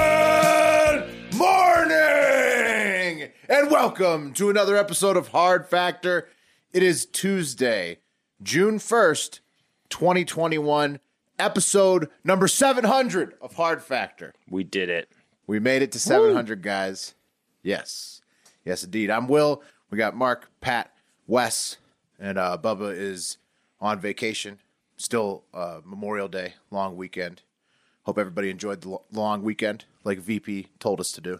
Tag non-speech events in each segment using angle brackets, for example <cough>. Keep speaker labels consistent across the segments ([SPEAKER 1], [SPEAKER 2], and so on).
[SPEAKER 1] Good morning and welcome to another episode of Hard Factor. It is Tuesday, June 1st, 2021, episode number 700 of Hard Factor.
[SPEAKER 2] We did it.
[SPEAKER 1] We made it to 700, guys. Yes. Yes, indeed. I'm Will. We got Mark, Pat, Wes, and uh, Bubba is on vacation. Still uh, Memorial Day, long weekend. Hope everybody enjoyed the lo- long weekend like VP told us to do.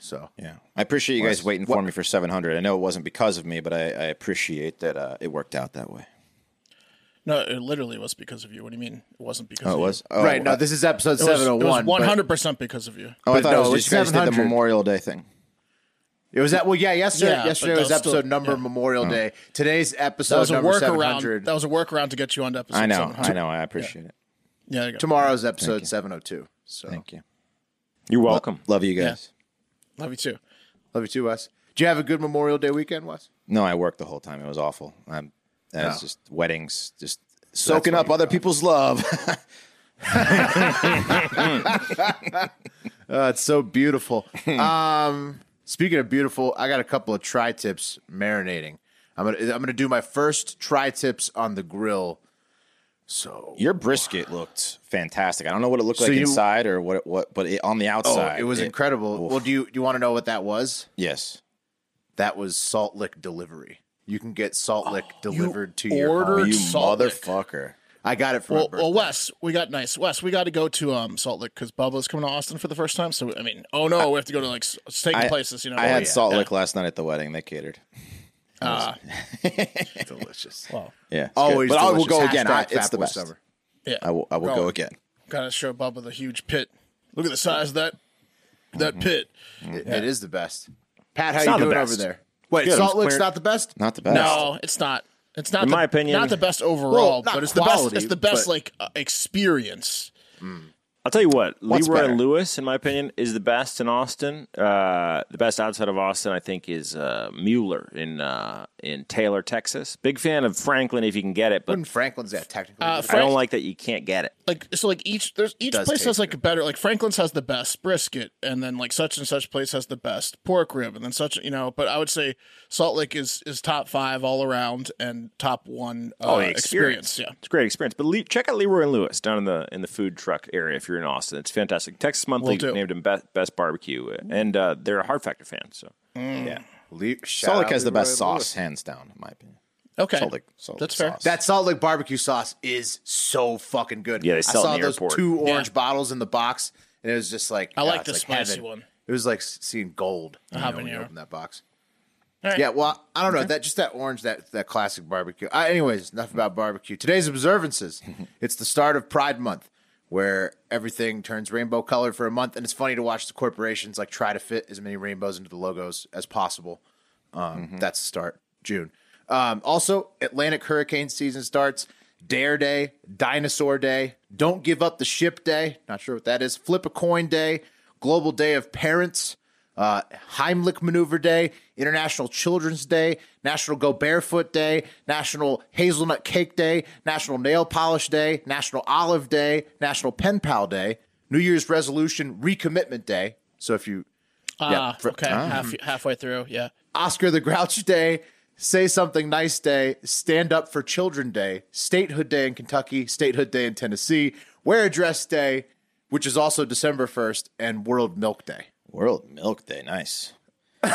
[SPEAKER 1] So,
[SPEAKER 2] Yeah. I appreciate you guys waiting for me for 700. I know it wasn't because of me, but I, I appreciate that uh, it worked out that way.
[SPEAKER 3] No, it literally was because of you. What do you mean? It wasn't because of
[SPEAKER 2] it was?
[SPEAKER 3] you.
[SPEAKER 2] Oh,
[SPEAKER 1] right,
[SPEAKER 2] I,
[SPEAKER 1] no, this is episode
[SPEAKER 3] It was- it
[SPEAKER 1] 701.
[SPEAKER 3] was
[SPEAKER 1] but-
[SPEAKER 3] 100% because of you.
[SPEAKER 2] oh, I
[SPEAKER 1] but
[SPEAKER 2] thought
[SPEAKER 1] no,
[SPEAKER 2] it was
[SPEAKER 1] it's
[SPEAKER 2] just you guys did the
[SPEAKER 1] 700.
[SPEAKER 2] Memorial Day thing.
[SPEAKER 1] It was that well, yeah. Yesterday,
[SPEAKER 3] Yeah, but
[SPEAKER 1] yesterday
[SPEAKER 3] that
[SPEAKER 1] was
[SPEAKER 3] was still-
[SPEAKER 1] episode number
[SPEAKER 3] yeah. Hmm.
[SPEAKER 1] Memorial Day. Today's episode
[SPEAKER 3] That was a
[SPEAKER 1] number seven
[SPEAKER 3] workaround.
[SPEAKER 1] hundred.
[SPEAKER 3] That was a workaround to get you on to episode
[SPEAKER 2] I know.
[SPEAKER 3] 700.
[SPEAKER 2] I know. I appreciate it.
[SPEAKER 3] Yeah, there you go.
[SPEAKER 1] Tomorrow's episode seven hundred two. So
[SPEAKER 2] Thank you. You're welcome. love you guys.
[SPEAKER 3] Love you too.
[SPEAKER 1] love you too, Wes. Did you have a good Memorial Day weekend, Wes?
[SPEAKER 2] No, I worked the whole time. It was awful. I'm, I was just weddings, just
[SPEAKER 1] that's
[SPEAKER 2] soaking
[SPEAKER 1] why
[SPEAKER 2] up
[SPEAKER 1] you
[SPEAKER 2] other people's love.
[SPEAKER 1] Uh, it's so <laughs> beautiful. um, speaking of beautiful, I got a couple of tri tips marinating. I'm gonna I'm gonna do my first tri tips on the grill. So
[SPEAKER 2] Your brisket looked fantastic. I don't know what it looked
[SPEAKER 1] So
[SPEAKER 2] like
[SPEAKER 1] you-
[SPEAKER 2] inside or what it, what, but it, on the
[SPEAKER 1] oh,
[SPEAKER 2] outside,
[SPEAKER 1] it was incredible.
[SPEAKER 2] oof.
[SPEAKER 1] Well, do you do you want to know what that was?
[SPEAKER 2] Yes.
[SPEAKER 1] That was Salt Lick delivery. You can get Salt Lick delivered to your
[SPEAKER 3] ordered-
[SPEAKER 1] home.
[SPEAKER 2] You
[SPEAKER 3] Salt Lick.
[SPEAKER 2] motherfucker.
[SPEAKER 1] I got it from
[SPEAKER 3] Well, oh,
[SPEAKER 1] my
[SPEAKER 3] well,
[SPEAKER 1] birthday.
[SPEAKER 3] Wes, we got nice. Wes, we got to go to um, Salt Lake because Bubba's coming to Austin for the first time. So I mean, oh no, we have to go to like s- steak
[SPEAKER 2] I-
[SPEAKER 3] places. You know,
[SPEAKER 2] I had
[SPEAKER 3] Oh, Yeah.
[SPEAKER 2] Salt Lick last night at the wedding. They catered.
[SPEAKER 3] Uh,
[SPEAKER 1] delicious.
[SPEAKER 3] well,
[SPEAKER 2] Yeah,
[SPEAKER 1] Always,
[SPEAKER 2] But I will
[SPEAKER 1] delicious.
[SPEAKER 2] go again. I,
[SPEAKER 1] Hashtag
[SPEAKER 2] it's the
[SPEAKER 1] Fatboy
[SPEAKER 2] best.
[SPEAKER 1] Summer.
[SPEAKER 3] yeah.
[SPEAKER 2] I will. I will go
[SPEAKER 3] Going.
[SPEAKER 2] again.
[SPEAKER 3] Gotta show Bubba the huge pit. Look at the size of that that
[SPEAKER 2] Mm-hmm.
[SPEAKER 3] pit.
[SPEAKER 1] It- it is the best. Pat, how
[SPEAKER 4] It's
[SPEAKER 1] you
[SPEAKER 4] not the
[SPEAKER 1] doing
[SPEAKER 4] best.
[SPEAKER 1] over there? Wait,
[SPEAKER 4] Good,
[SPEAKER 1] Salt
[SPEAKER 4] it's
[SPEAKER 1] Lake's
[SPEAKER 4] clear-
[SPEAKER 1] not the best.
[SPEAKER 2] Not the best.
[SPEAKER 3] No, it's not. It's not
[SPEAKER 4] In
[SPEAKER 3] the,
[SPEAKER 4] my opinion-
[SPEAKER 3] not the best overall,
[SPEAKER 1] Well, not
[SPEAKER 3] but it's the
[SPEAKER 1] quality,
[SPEAKER 3] best. It's the best
[SPEAKER 1] but-
[SPEAKER 3] like uh, experience.
[SPEAKER 4] I'll tell you what,
[SPEAKER 2] What's
[SPEAKER 4] Leroy
[SPEAKER 2] better?
[SPEAKER 4] Lewis, in my opinion, is the best in Austin. Uh, the best outside of Austin, I think, is uh, Mueller in uh, in Taylor, Texas. Big fan of Franklin if you can get it, but
[SPEAKER 1] Wouldn't Franklin's that technically?
[SPEAKER 3] Uh,
[SPEAKER 1] good?
[SPEAKER 4] I don't
[SPEAKER 3] Frank-
[SPEAKER 4] like that you can't get it.
[SPEAKER 3] like so like each there's each
[SPEAKER 1] does
[SPEAKER 3] place
[SPEAKER 1] taste
[SPEAKER 3] has like a better like Franklin's has the best brisket and then like such and such place has the best pork rib and then such you know but I would say Salt Lake is is top five all around and top one uh,
[SPEAKER 4] Oh, the
[SPEAKER 3] experience. yeah
[SPEAKER 4] it's a great experience. But Le- check out Leroy Lewis down in the in the food truck area if you're in Austin. It's fantastic. Texas Monthly
[SPEAKER 3] do.
[SPEAKER 4] named him best, best barbecue, and uh, they're a Hard Factor fan. So
[SPEAKER 1] Le- shout
[SPEAKER 2] Salt Lake
[SPEAKER 1] out
[SPEAKER 2] has the
[SPEAKER 1] Leroy
[SPEAKER 2] best
[SPEAKER 1] Lewis.
[SPEAKER 2] sauce, hands down, in my opinion.
[SPEAKER 3] okay
[SPEAKER 2] Salt Lake. Salt
[SPEAKER 3] That's
[SPEAKER 2] Lake
[SPEAKER 3] fair.
[SPEAKER 2] Sauce.
[SPEAKER 1] That Salt Lake barbecue sauce is so fucking good.
[SPEAKER 4] Yeah, they sell
[SPEAKER 1] I saw
[SPEAKER 4] it in the
[SPEAKER 1] those
[SPEAKER 4] airport.
[SPEAKER 1] two orange
[SPEAKER 3] Yeah.
[SPEAKER 1] bottles in the box, and it was just like
[SPEAKER 3] I
[SPEAKER 1] God,
[SPEAKER 3] like
[SPEAKER 1] it's
[SPEAKER 3] the
[SPEAKER 1] heaven.
[SPEAKER 3] spicy one.
[SPEAKER 1] It was like s- seeing gold. You know, when you
[SPEAKER 3] habanero.
[SPEAKER 1] open that box.
[SPEAKER 3] All right.
[SPEAKER 1] Yeah, well, I don't know that just that orange that that classic barbecue. Uh, anyways, enough about barbecue. Today's
[SPEAKER 4] <laughs>
[SPEAKER 1] observances. it's the start of Pride Month, where everything turns rainbow colored for a month, and it's funny to watch the corporations like try to fit as many rainbows into the logos as possible. Um, That's the start June. Um, also, Atlantic hurricane season starts. Dare Day, Dinosaur Day, Don't Give Up the Ship Day. Not sure what that is. Flip a Coin Day, Global Day of Parents uh, Heimlich Maneuver Day, International Children's Day, National Go Barefoot Day, National Hazelnut Cake Day, National Nail Polish Day, National Olive Day, National Pen Pal Day, New Year's Resolution Recommitment Day. So if you,
[SPEAKER 3] Ah,
[SPEAKER 1] for-
[SPEAKER 3] okay half, halfway through yeah
[SPEAKER 1] Oscar the Grouch Day, Say Something Nice Day, Stand Up for Children Day, Statehood Day in Kentucky, Statehood Day in Tennessee, Wear a Dress Day, which is also December 1st, and World Milk Day.
[SPEAKER 2] World Milk Day. Nice.
[SPEAKER 1] Look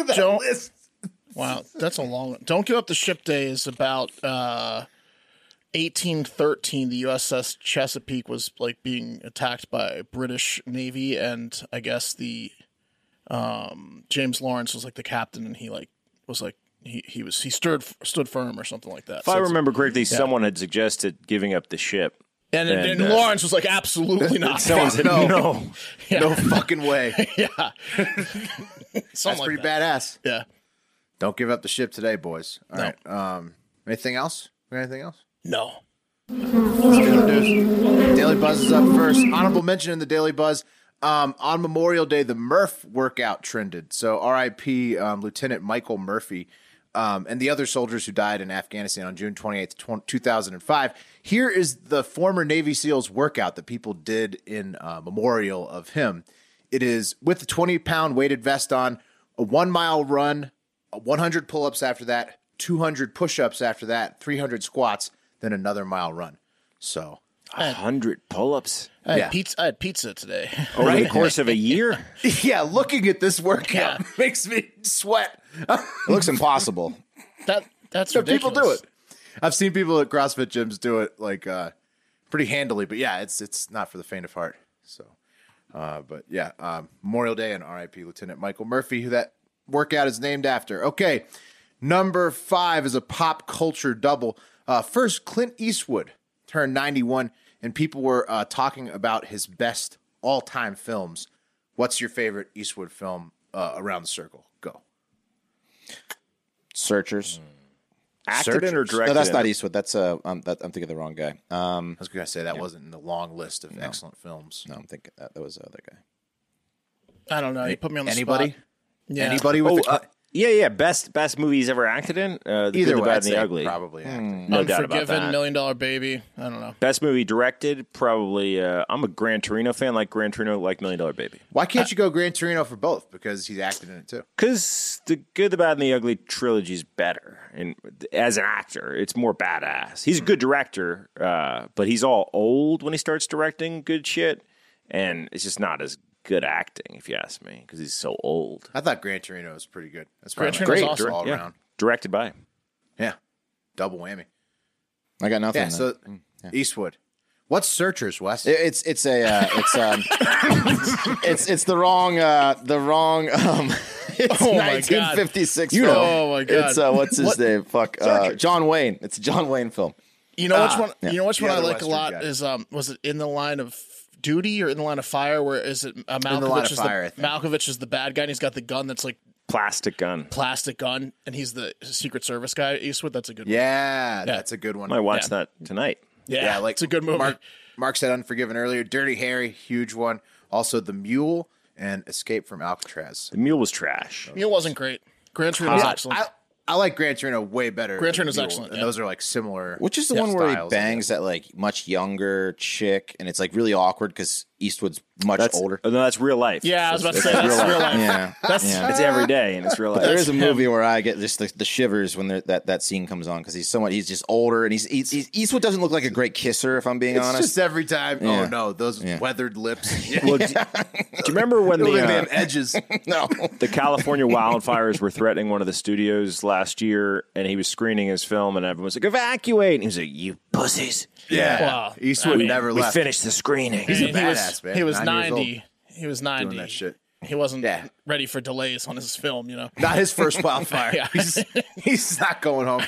[SPEAKER 1] at that
[SPEAKER 3] Don't-
[SPEAKER 1] list.
[SPEAKER 3] wow that's a long one. Don't give up the ship day is about uh 1813 the USS Chesapeake was like being attacked by British Navy and I guess the um, James Lawrence was like the captain, and he like was like he, he was he stood stood firm or something like that.
[SPEAKER 4] If I
[SPEAKER 3] it's-
[SPEAKER 4] remember correctly, someone had suggested giving up the ship.
[SPEAKER 3] and, and,
[SPEAKER 4] and, uh,
[SPEAKER 3] Lawrence was like,
[SPEAKER 1] <laughs>
[SPEAKER 3] absolutely not.
[SPEAKER 4] Someone said
[SPEAKER 1] no.
[SPEAKER 4] no.
[SPEAKER 3] <laughs> yeah,
[SPEAKER 1] No fucking way.
[SPEAKER 3] yeah,
[SPEAKER 1] That's
[SPEAKER 3] something
[SPEAKER 1] pretty
[SPEAKER 3] like that.
[SPEAKER 1] badass.
[SPEAKER 3] Yeah,
[SPEAKER 1] Don't give up the ship today, boys. All right. Um, anything else? We got Anything else?
[SPEAKER 3] no.
[SPEAKER 1] Daily Buzz is up first. Honorable mention in the Daily Buzz. Um, on Memorial Day, the Murph workout trended. So RIP um, Lieutenant Michael Murphy um, and the other soldiers who died in Afghanistan on June 28th, tw- 2005. Here is the former Navy SEAL's workout that people did in uh, memorial of him. It is with the 20 pound weighted vest on, a one mile run, a 100 pull ups after that, 200 push ups after that, 300 squats, then another mile run. So
[SPEAKER 4] A hundred pull-ups
[SPEAKER 3] I had
[SPEAKER 1] Yeah. Oh.
[SPEAKER 3] pizza. I had pizza today. <laughs>
[SPEAKER 4] over the course of a year.
[SPEAKER 1] Yeah, looking at this workout <laughs> makes me sweat.
[SPEAKER 2] It looks impossible.
[SPEAKER 3] that that's
[SPEAKER 1] But people
[SPEAKER 3] ridiculous.
[SPEAKER 1] do it. I've seen people at CrossFit gyms do it like uh, pretty handily, but yeah, it's it's not for the faint of heart. So, uh, but yeah, um, Memorial Day and RIP Lieutenant Michael Murphy, who that workout is named after. Okay, number five is a pop culture double. Uh, first, Clint Eastwood turned 91, and people were uh, talking about his best all time films. What's your favorite Eastwood film uh, around the circle? Go.
[SPEAKER 2] Searchers.
[SPEAKER 3] Mm.
[SPEAKER 4] Acted in or directed?
[SPEAKER 2] No, that's
[SPEAKER 4] in?
[SPEAKER 2] not Eastwood. That's uh, um, that, I'm thinking of the wrong guy. Um,
[SPEAKER 1] I was going to say that wasn't in the long list of excellent films.
[SPEAKER 2] no, I'm thinking uh, that, that was the other guy.
[SPEAKER 3] I don't know. You put me on the
[SPEAKER 1] Anybody?
[SPEAKER 3] spot. Yeah.
[SPEAKER 1] Anybody with
[SPEAKER 4] Oh,
[SPEAKER 1] the,
[SPEAKER 4] uh, yeah, yeah. Best best movie he's ever acted in. Uh, the
[SPEAKER 1] either
[SPEAKER 4] Good, the
[SPEAKER 1] way,
[SPEAKER 4] Bad,
[SPEAKER 1] I'd
[SPEAKER 4] and the
[SPEAKER 1] say
[SPEAKER 4] Ugly.
[SPEAKER 1] probably.
[SPEAKER 3] Mm.
[SPEAKER 1] acting.
[SPEAKER 4] No doubt about
[SPEAKER 3] Unforgiven,
[SPEAKER 4] that.
[SPEAKER 3] Million Dollar Baby. I don't know.
[SPEAKER 4] Best movie directed, probably. Uh, I'm a Gran Torino fan, like Gran Torino, like Million Dollar Baby.
[SPEAKER 1] Why can't you go Gran Torino for both? Because he's acted in it too.
[SPEAKER 4] Because the Good, the Bad, and the Ugly trilogy is better, and as an actor, it's more badass. He's a good director, uh, but he's all old when he starts directing good shit, and it's just not as good acting, if you ask me, because he's so old.
[SPEAKER 1] I thought Gran Torino was pretty good. That's
[SPEAKER 3] Gran
[SPEAKER 1] probably my
[SPEAKER 3] Torino's
[SPEAKER 1] favorite all
[SPEAKER 3] awesome.
[SPEAKER 4] yeah,
[SPEAKER 1] around.
[SPEAKER 4] directed by.
[SPEAKER 1] Yeah, double whammy.
[SPEAKER 2] I got nothing.
[SPEAKER 1] Yeah, so
[SPEAKER 3] mm,
[SPEAKER 1] Eastwood. What's Searchers, Wes?
[SPEAKER 2] It- It's it's a uh, it's
[SPEAKER 3] <laughs>
[SPEAKER 2] um it's it's the wrong uh the wrong um <laughs> it's
[SPEAKER 3] Oh my God.
[SPEAKER 2] 1956
[SPEAKER 3] You
[SPEAKER 2] film.
[SPEAKER 3] know. Oh my God.
[SPEAKER 2] It's uh what's his
[SPEAKER 3] What?
[SPEAKER 2] name? Fuck uh, John Wayne. It's a John Wayne film.
[SPEAKER 3] You know
[SPEAKER 1] Ah,
[SPEAKER 3] which one? You know which one I
[SPEAKER 1] other
[SPEAKER 3] like a
[SPEAKER 1] Western
[SPEAKER 3] lot
[SPEAKER 1] guy.
[SPEAKER 3] is um was it in the line of duty or in the line of fire? Where is it? Uh, Malkovich
[SPEAKER 1] the Line of
[SPEAKER 3] is
[SPEAKER 1] Fire, I
[SPEAKER 3] the
[SPEAKER 1] think.
[SPEAKER 3] Malkovich is the bad guy, and he's got the gun that's like
[SPEAKER 4] Plastic Gun.
[SPEAKER 3] plastic gun, and he's the Secret Service guy. Eastwood, that's a good. one.
[SPEAKER 1] Yeah, that's a good one.
[SPEAKER 4] I watched
[SPEAKER 3] Yeah.
[SPEAKER 4] that tonight.
[SPEAKER 3] yeah, like it's a good movie.
[SPEAKER 1] Mark, Mark said Unforgiven earlier. Dirty Harry, huge one. Also The Mule and Escape from Alcatraz.
[SPEAKER 4] The Mule was trash.
[SPEAKER 3] It wasn't great. Gran Torino was excellent.
[SPEAKER 1] I, I like Gran Torino way better.
[SPEAKER 3] Gran
[SPEAKER 1] than
[SPEAKER 3] Torino's
[SPEAKER 1] Mule,
[SPEAKER 3] excellent,
[SPEAKER 1] and
[SPEAKER 3] yeah.
[SPEAKER 1] those are like similar.
[SPEAKER 2] Which is the one where
[SPEAKER 1] styles,
[SPEAKER 2] he
[SPEAKER 1] I
[SPEAKER 2] bangs that like much younger chick and it's like really awkward cuz Eastwood's much older.
[SPEAKER 4] Oh, no, that's real life.
[SPEAKER 3] yeah, I was about to
[SPEAKER 4] It's-
[SPEAKER 3] say that's real life.
[SPEAKER 2] Yeah.
[SPEAKER 3] That's
[SPEAKER 2] yeah.
[SPEAKER 4] It's every day, and it's real life.
[SPEAKER 2] There is a movie where I get just the, the shivers when there- that that scene comes on because he's somewhat he's just older and he's, he's, he's Eastwood doesn't look like a great kisser if I'm being
[SPEAKER 1] It's
[SPEAKER 2] honest.
[SPEAKER 1] just every time. Oh
[SPEAKER 2] Yeah.
[SPEAKER 1] no, those
[SPEAKER 2] Yeah.
[SPEAKER 1] weathered lips. Yeah.
[SPEAKER 4] Well,
[SPEAKER 3] <laughs>
[SPEAKER 4] do, do you remember when the,
[SPEAKER 1] Look at
[SPEAKER 4] uh,
[SPEAKER 1] them edges.
[SPEAKER 2] no,
[SPEAKER 4] the
[SPEAKER 3] <laughs>
[SPEAKER 4] California wildfires were threatening one of the studios last year, and he was screening his film, and everyone was like, "Evacuate!" And he was like, "You pussies,
[SPEAKER 1] Yeah,
[SPEAKER 3] Wow.
[SPEAKER 1] Eastwood
[SPEAKER 3] I mean,
[SPEAKER 1] never
[SPEAKER 4] we
[SPEAKER 1] left.
[SPEAKER 4] finished the screening."
[SPEAKER 3] He,
[SPEAKER 1] He's a
[SPEAKER 3] he was,
[SPEAKER 1] badass, man.
[SPEAKER 3] he was
[SPEAKER 1] Nine years
[SPEAKER 3] 90. He was 90.
[SPEAKER 1] that shit.
[SPEAKER 3] He wasn't
[SPEAKER 1] Yeah.
[SPEAKER 3] ready for delays on his film, you know.
[SPEAKER 1] Not his
[SPEAKER 3] <laughs>
[SPEAKER 1] first wildfire.
[SPEAKER 3] Yeah.
[SPEAKER 1] he's, he's not going home.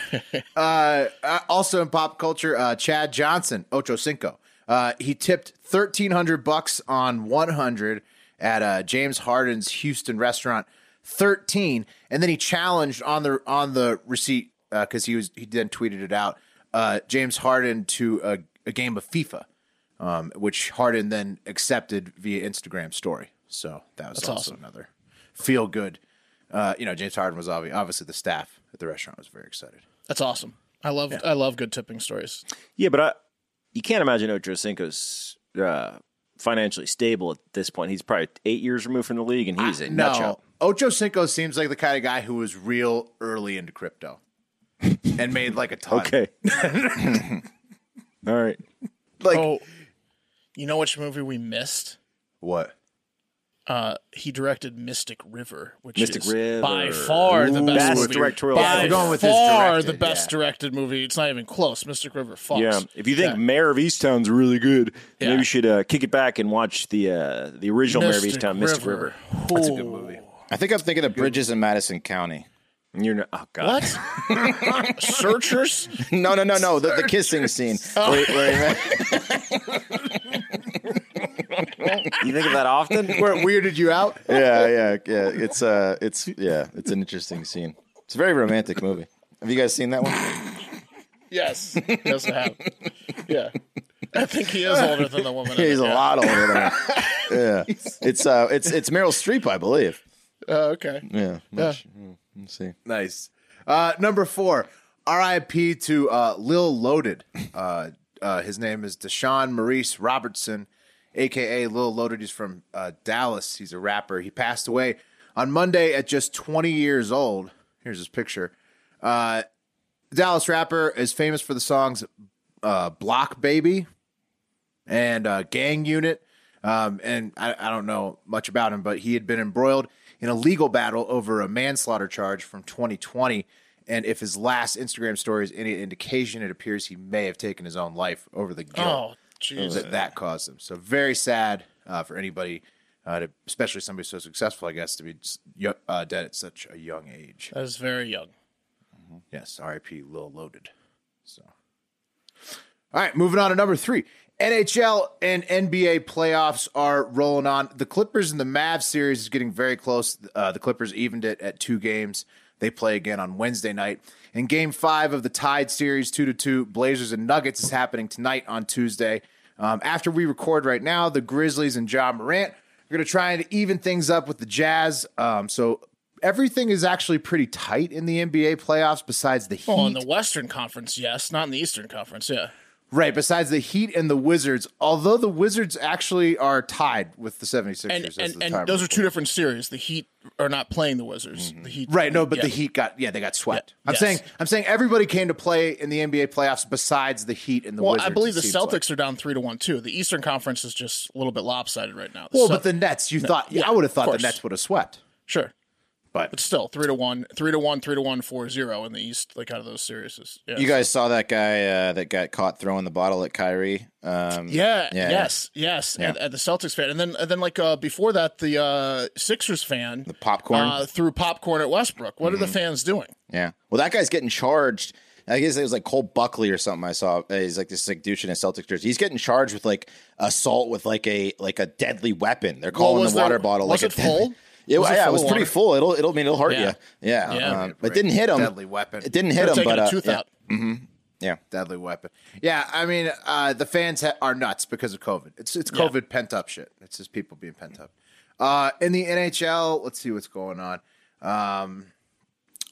[SPEAKER 1] Uh, uh, also in pop culture, uh, Chad Johnson, Ocho Cinco. Uh, he tipped thirteen hundred bucks on one hundred at uh, James Harden's Houston restaurant. Thirteen, and then he challenged on the on the receipt because he was he then tweeted it out. Uh, James Harden to a, a game of FIFA, um, which Harden then accepted via Instagram story. So that was also
[SPEAKER 3] awesome.
[SPEAKER 1] another feel good. Uh, you know, James Harden was obviously, obviously the staff at the restaurant was very excited.
[SPEAKER 3] That's awesome. I love I love good tipping stories.
[SPEAKER 4] Yeah, but I, you can't imagine Ocho Cinco's uh, financially stable at this point. He's probably eight years removed from the league, and he's a nut job.
[SPEAKER 1] Ocho Cinco seems like the kind of guy who was real early into crypto and made like a ton.
[SPEAKER 4] Okay.
[SPEAKER 3] <laughs>
[SPEAKER 4] <laughs> All right.
[SPEAKER 1] Like
[SPEAKER 3] Oh, you know which movie we missed?
[SPEAKER 1] what?
[SPEAKER 3] Uh, he directed Mystic River, which
[SPEAKER 4] Mystic
[SPEAKER 3] is
[SPEAKER 4] River.
[SPEAKER 3] by far the best,
[SPEAKER 4] Best
[SPEAKER 3] movie.
[SPEAKER 4] directorial
[SPEAKER 3] by
[SPEAKER 4] effort.
[SPEAKER 1] We're going with his
[SPEAKER 3] far
[SPEAKER 1] directed,
[SPEAKER 3] the best
[SPEAKER 1] yeah.
[SPEAKER 3] directed movie. It's not even close. Mystic River Fox.
[SPEAKER 4] Yeah. If you think Mayor of Easttown's really good,
[SPEAKER 3] Yeah.
[SPEAKER 4] maybe you should uh, kick it back and watch the uh, the original Mayor of Easttown, Mystic River.
[SPEAKER 3] That's a good movie.
[SPEAKER 2] I think I'm thinking of Bridges in Madison County. <laughs>
[SPEAKER 4] You're not. Oh God.
[SPEAKER 3] What? Searchers?
[SPEAKER 2] No, no, no, no. The, the kissing <laughs> scene. Wait, wait, <laughs>
[SPEAKER 4] You think of that often?
[SPEAKER 2] <laughs>
[SPEAKER 1] Where it weirded you out?
[SPEAKER 2] yeah, yeah, yeah. It's uh, it's yeah, it's an interesting scene. It's a very romantic movie. Have you guys seen that one?
[SPEAKER 3] Yes. Yes, I have. Yeah. I think he is older than the woman. in
[SPEAKER 2] He's
[SPEAKER 3] it,
[SPEAKER 2] a
[SPEAKER 3] yeah.
[SPEAKER 2] lot older than I.
[SPEAKER 3] <laughs>
[SPEAKER 2] Yeah, it's uh, it's it's Meryl Streep, I believe.
[SPEAKER 3] Oh, okay.
[SPEAKER 2] Yeah, much- Let's see.
[SPEAKER 1] Nice. Uh, number four, R.I.P. to uh, Lil Loaded. Uh, uh, his name is Deshaun Maurice Robertson, aka Lil Loaded. He's from uh, Dallas. He's a rapper. He passed away on Monday at just 20 years old. Here's his picture. Uh, the Dallas rapper is famous for the songs uh, "Block Baby" and uh, "Gang Unit." Um, and I, I don't know much about him, but he had been embroiled in a legal battle over a manslaughter charge from 2020. And if his last Instagram story is any indication, it appears he may have taken his own life over the guilt
[SPEAKER 3] Oh, jeez.
[SPEAKER 1] that that caused him. So very sad uh, for anybody, uh, to, especially somebody so successful, I guess, to be s- yo- uh, dead at such a young age.
[SPEAKER 3] That is very young.
[SPEAKER 1] Yes, RIP Lil Loaded. So, all right, moving on to number three. NHL and NBA playoffs are rolling on. The Clippers and the Mavs series is getting very close. Uh, the Clippers evened it at two games. They play again on Wednesday night. And game five of the tied series, two to two, Blazers and Nuggets is happening tonight on Tuesday. Um, after we record right now, the Grizzlies and John Morant are going to try and even things up with the Jazz. Um, so everything is actually pretty tight in the NBA playoffs besides the Heat.
[SPEAKER 3] Well, in Oh, the Western Conference, yes. Not in the Eastern Conference, yeah.
[SPEAKER 1] Right, besides the Heat and the Wizards, although the Wizards actually are tied with the 76ers.
[SPEAKER 3] And
[SPEAKER 1] as
[SPEAKER 3] and,
[SPEAKER 1] the time
[SPEAKER 3] and
[SPEAKER 1] Mm-hmm.
[SPEAKER 3] those are
[SPEAKER 1] record.
[SPEAKER 3] two different series. The Heat are not playing the Wizards. The Heat,
[SPEAKER 1] Right, no, but the
[SPEAKER 3] yeah.
[SPEAKER 1] Heat got yeah, they got swept.
[SPEAKER 3] Yeah,
[SPEAKER 1] I'm
[SPEAKER 3] yes.
[SPEAKER 1] saying I'm saying everybody came to play in the NBA playoffs besides the Heat and the
[SPEAKER 3] Well,
[SPEAKER 1] Wizards.
[SPEAKER 3] I believe the
[SPEAKER 1] it seems
[SPEAKER 3] Celtics
[SPEAKER 1] like.
[SPEAKER 3] are down three to one too. The Eastern Conference is just a little bit lopsided right now.
[SPEAKER 1] Well,
[SPEAKER 3] So-
[SPEAKER 1] but the Nets, you thought
[SPEAKER 3] yeah,
[SPEAKER 1] I would have thought
[SPEAKER 3] of
[SPEAKER 1] the
[SPEAKER 3] course.
[SPEAKER 1] Nets would have swept.
[SPEAKER 3] sure,
[SPEAKER 1] But-
[SPEAKER 3] still three to one, three to one, three to one, four zero in the East. Like out of those series, yeah.
[SPEAKER 2] You guys saw that guy uh, that got caught throwing the bottle at Kyrie? Um,
[SPEAKER 3] Yeah,
[SPEAKER 2] Yeah.
[SPEAKER 3] Yes. Yes. And, and the Celtics fan, and then and then like uh, before that, the uh, Sixers fan, the
[SPEAKER 2] popcorn?
[SPEAKER 3] uh, threw popcorn at Westbrook. What
[SPEAKER 1] Mm-hmm.
[SPEAKER 3] are the fans doing?
[SPEAKER 2] Yeah. Well, that guy's getting charged. I guess it was like Cole Buckley or something. I saw Uh, he's like this like douche in a Celtics jersey. He's getting charged with like assault with like a like a deadly weapon. They're calling
[SPEAKER 3] was
[SPEAKER 2] the
[SPEAKER 3] there-
[SPEAKER 2] water bottle
[SPEAKER 3] was
[SPEAKER 2] like
[SPEAKER 3] it
[SPEAKER 2] a deadly-
[SPEAKER 3] full?
[SPEAKER 2] It,
[SPEAKER 3] Was
[SPEAKER 2] <laughs>
[SPEAKER 3] it
[SPEAKER 2] yeah,
[SPEAKER 3] full
[SPEAKER 2] it was
[SPEAKER 3] of
[SPEAKER 2] pretty
[SPEAKER 3] water?
[SPEAKER 2] full. It'll it'll I mean it'll hurt
[SPEAKER 3] Yeah.
[SPEAKER 2] you. Yeah,
[SPEAKER 3] Yeah.
[SPEAKER 2] Um, it didn't hit him.
[SPEAKER 1] Deadly weapon.
[SPEAKER 2] It didn't hit
[SPEAKER 3] They're
[SPEAKER 2] him,
[SPEAKER 3] taking
[SPEAKER 2] but uh,
[SPEAKER 3] a tooth
[SPEAKER 2] yeah.
[SPEAKER 3] out.
[SPEAKER 2] yeah.
[SPEAKER 1] Deadly weapon. Yeah, I mean, uh, the fans ha- are nuts because of COVID. It's it's COVID pent up shit. It's just people being pent up. Uh, in the NHL, let's see what's going on. Um,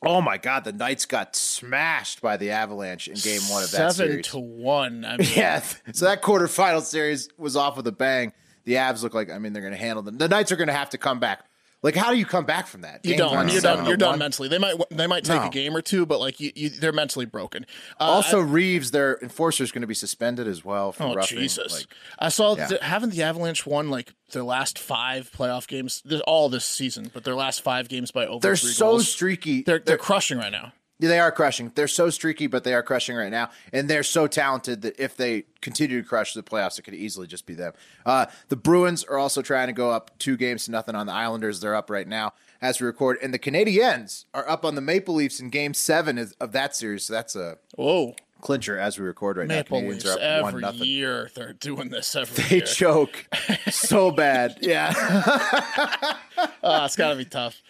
[SPEAKER 1] oh my God, the Knights got smashed by the Avalanche in Game One of that
[SPEAKER 3] Seven
[SPEAKER 1] series.
[SPEAKER 3] to one. I mean,
[SPEAKER 1] <laughs> Yeah, th- so that quarterfinal series was off with a bang. The Avs look like I mean they're going to handle them. The Knights are going to have to come back. Like, how do you come back from that?
[SPEAKER 3] You
[SPEAKER 1] Game
[SPEAKER 3] don't.
[SPEAKER 1] one,
[SPEAKER 3] you're
[SPEAKER 1] seven
[SPEAKER 3] done.
[SPEAKER 1] to
[SPEAKER 3] You're done
[SPEAKER 1] one.
[SPEAKER 3] mentally. They might. They might take
[SPEAKER 1] No.
[SPEAKER 3] a game or two, but like you, you they're mentally broken. Uh,
[SPEAKER 1] Also, Reeves, their enforcer, is going to be suspended as well for
[SPEAKER 3] Oh
[SPEAKER 1] roughing.
[SPEAKER 3] Jesus!
[SPEAKER 1] Like,
[SPEAKER 3] I saw
[SPEAKER 1] Yeah.
[SPEAKER 3] th- haven't the Avalanche won like their last five playoff games, th- all this season, but their last five games by over.
[SPEAKER 1] they're
[SPEAKER 3] three
[SPEAKER 1] so
[SPEAKER 3] goals.
[SPEAKER 1] streaky.
[SPEAKER 3] They're, they're crushing right now.
[SPEAKER 1] Yeah, they are crushing. They're so streaky, but they are crushing right now. And they're so talented that if they continue to crush the playoffs, it could easily just be them. Uh, the Bruins are also trying to go up two games to nothing on the Islanders. They're up right now as we record. And the Canadiens are up on the Maple Leafs in game seven is- of that series. So that's a
[SPEAKER 3] Whoa,
[SPEAKER 1] clincher as we record right
[SPEAKER 3] Maple
[SPEAKER 1] now.
[SPEAKER 3] Leafs!
[SPEAKER 1] Canadiens are up one
[SPEAKER 3] Every
[SPEAKER 1] nothing.
[SPEAKER 3] year they're doing this. Every
[SPEAKER 1] They
[SPEAKER 3] year,
[SPEAKER 1] choke so bad. Yeah.
[SPEAKER 3] Ah, it's got to be tough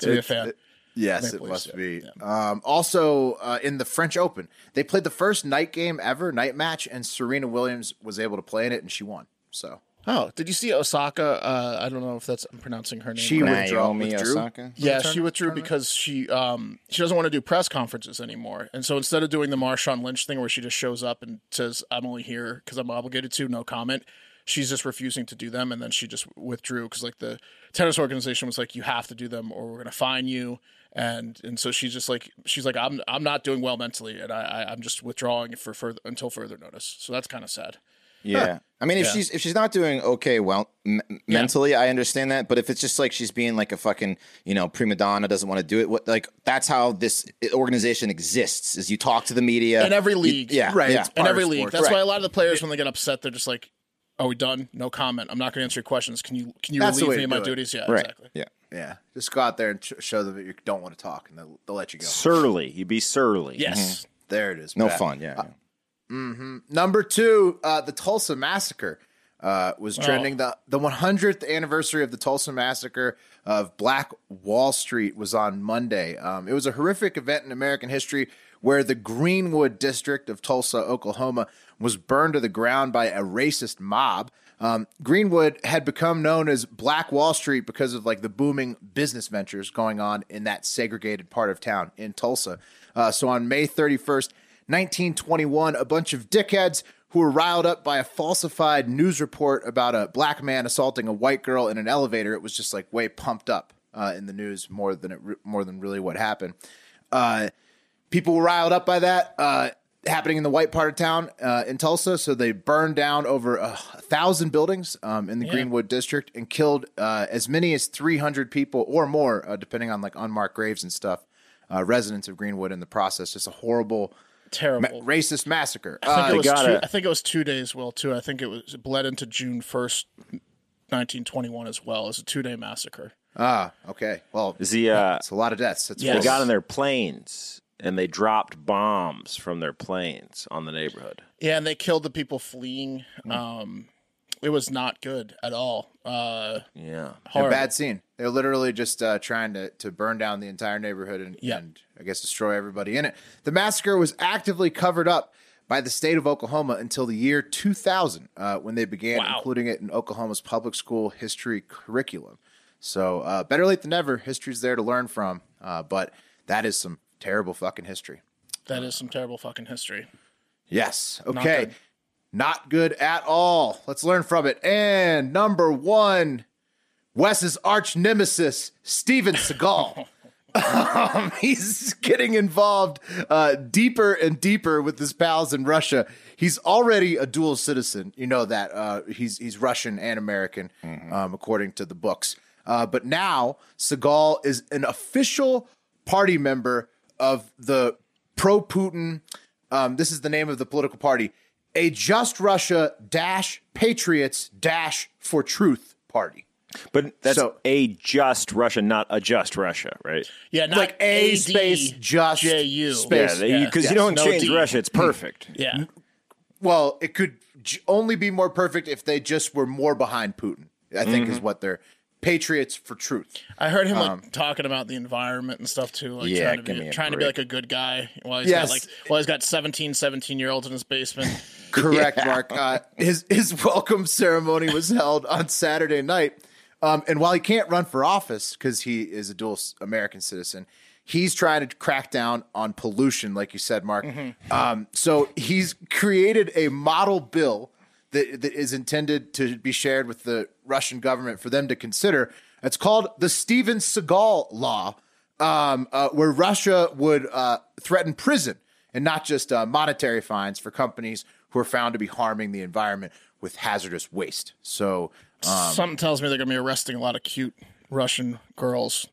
[SPEAKER 3] to be a fan.
[SPEAKER 1] Yes,
[SPEAKER 3] Maple
[SPEAKER 1] it
[SPEAKER 3] Leafs,
[SPEAKER 1] must
[SPEAKER 3] yeah,
[SPEAKER 1] be. Um, also, uh, in the French Open, they played the first night game ever, night match, and Serena Williams was able to play in it, and she won. So
[SPEAKER 3] oh, did you see Osaka? Uh, I don't know if that's I'm pronouncing her name.
[SPEAKER 1] she withdraw,
[SPEAKER 2] Naomi
[SPEAKER 1] withdrew.
[SPEAKER 2] Osaka.
[SPEAKER 3] Yeah, she withdrew because she um she doesn't want to do press conferences anymore, and so instead of doing the Marshawn Lynch thing where she just shows up and says I'm only here because I'm obligated to, no comment, she's just refusing to do them, and then she just withdrew because like the tennis organization was like you have to do them or we're gonna fine you, and and so she's just like she's like I'm I'm not doing well mentally, and I, I I'm just withdrawing for further until further notice, so that's kind of sad.
[SPEAKER 2] Yeah. I mean, if she's if she's not doing okay, well, m- mentally, I understand that. But if it's just like she's being like a fucking you know prima donna, doesn't want to do it. What like that's how this organization exists: is you talk to the media
[SPEAKER 3] In every
[SPEAKER 2] you-
[SPEAKER 3] league.
[SPEAKER 2] yeah,
[SPEAKER 1] Right,
[SPEAKER 2] yeah.
[SPEAKER 1] it's
[SPEAKER 3] in
[SPEAKER 1] part
[SPEAKER 3] every
[SPEAKER 1] of
[SPEAKER 3] league.
[SPEAKER 1] sports.
[SPEAKER 3] That's
[SPEAKER 2] Right.
[SPEAKER 3] why a lot of the players, when they get upset, they're just like, "Are we done? No comment. I'm not going to answer your questions. Can you can you
[SPEAKER 1] That's the way
[SPEAKER 3] relieve me
[SPEAKER 1] to
[SPEAKER 3] of my
[SPEAKER 1] do it.
[SPEAKER 3] duties?" Yeah,
[SPEAKER 2] right,
[SPEAKER 3] exactly.
[SPEAKER 2] yeah.
[SPEAKER 1] Yeah, just go out there and sh- show them that you don't want to talk, and they'll, they'll let you go.
[SPEAKER 4] Surly, you'd be surly.
[SPEAKER 3] Yes.
[SPEAKER 1] There it is.
[SPEAKER 2] No
[SPEAKER 1] Pat.
[SPEAKER 2] fun. Yeah. yeah.
[SPEAKER 1] Number two, uh, the Tulsa Massacre uh, was trending. The, the 100th anniversary of the Tulsa Massacre of Black Wall Street was on Monday. Um, it was a horrific event in American history where the Greenwood District of Tulsa, Oklahoma, was burned to the ground by a racist mob. Um, Greenwood had become known as Black Wall Street because of like the booming business ventures going on in that segregated part of town in Tulsa. Uh, so on May 31st, 1921, a bunch of dickheads who were riled up by a falsified news report about a black man assaulting a white girl in an elevator. It was just like way pumped up uh, in the news more than it re- more than really what happened. Uh, people were riled up by that uh, happening in the white part of town uh, in Tulsa. So they burned down over a thousand buildings um, in the Greenwood district and killed uh, as many as 300 people or more, uh, depending on like unmarked graves and stuff. Uh, residents of Greenwood in the process. Just a horrible, ma-
[SPEAKER 3] Terrible.
[SPEAKER 1] racist massacre.
[SPEAKER 3] I
[SPEAKER 1] Uh,
[SPEAKER 3] think, it was
[SPEAKER 4] gotta-
[SPEAKER 3] two, I think it was two days, Will, too. I think it was it bled into June 1st, 1921, as well. It's a two day massacre.
[SPEAKER 1] ah, okay. Well,
[SPEAKER 4] Is he? Uh,
[SPEAKER 1] it's a lot of deaths. That's
[SPEAKER 3] Yeah.
[SPEAKER 4] they
[SPEAKER 3] Yes.
[SPEAKER 4] got in their planes and they dropped bombs from their planes on the neighborhood.
[SPEAKER 3] Yeah, and they killed the people fleeing.
[SPEAKER 1] Mm.
[SPEAKER 3] Um, it was not good at all. Uh,
[SPEAKER 4] Yeah.
[SPEAKER 1] a
[SPEAKER 3] horrible.
[SPEAKER 1] bad scene. They're literally just uh, trying to, to burn down the entire neighborhood and,
[SPEAKER 3] Yeah.
[SPEAKER 1] and I guess destroy everybody in it. The massacre was actively covered up by the state of Oklahoma until the year 2000 uh, when they began
[SPEAKER 3] Wow.
[SPEAKER 1] including it in Oklahoma's public school history curriculum. So uh, better late than never. History's there to learn from, uh, but that is some terrible fucking history.
[SPEAKER 3] That is some terrible fucking history.
[SPEAKER 1] Yes. Okay.
[SPEAKER 3] good.
[SPEAKER 1] Not good. at all. Let's learn from it. And number one, Wes's arch nemesis, Steven Seagal. um, he's getting involved uh, deeper and deeper with his pals in Russia. He's already a dual citizen. You know that uh, he's he's Russian and American, um, according to the books. Uh, but now Seagal is an official party member of the pro Putin. Um, this is the name of the political party, a Just Russia dash Patriots dash for Truth party.
[SPEAKER 4] But that's
[SPEAKER 1] So-
[SPEAKER 4] a just Russia, not a just Russia, right?
[SPEAKER 3] Yeah, not
[SPEAKER 1] Like A space just
[SPEAKER 3] J-U.
[SPEAKER 1] space.
[SPEAKER 4] Yeah, they- because you don't
[SPEAKER 3] No
[SPEAKER 4] change
[SPEAKER 3] D. Hmm.
[SPEAKER 4] Russia; it's perfect.
[SPEAKER 3] Yeah,
[SPEAKER 1] Well, it could j- only be more perfect if they just were more behind Putin. I think is what they're patriots for truth.
[SPEAKER 3] I heard him like talking about the environment and stuff too. Like
[SPEAKER 2] Um, Yeah,
[SPEAKER 3] trying, to
[SPEAKER 2] give
[SPEAKER 3] be,
[SPEAKER 2] me a
[SPEAKER 3] trying to be
[SPEAKER 2] break.
[SPEAKER 3] like a good guy while he's
[SPEAKER 1] Yes.
[SPEAKER 3] got like while he's got 17, 17 year olds in
[SPEAKER 2] <laughs>
[SPEAKER 3] his basement.
[SPEAKER 1] Correct, Mark. Uh, his his <laughs> welcome ceremony was held on Saturday night, um, and while he can't run for office because he is a dual c- American citizen, he's trying to crack down on pollution, like you said, Mark. Um, so he's created a model bill that, that is intended to be shared with the Russian government for them to consider. It's called the Steven Seagal Law, um, uh, where Russia would uh, threaten prison and not just uh, monetary fines for companies who are found to be harming the environment with hazardous waste. So,
[SPEAKER 2] Um,
[SPEAKER 3] Something tells me they're gonna be arresting a lot of cute Russian girls.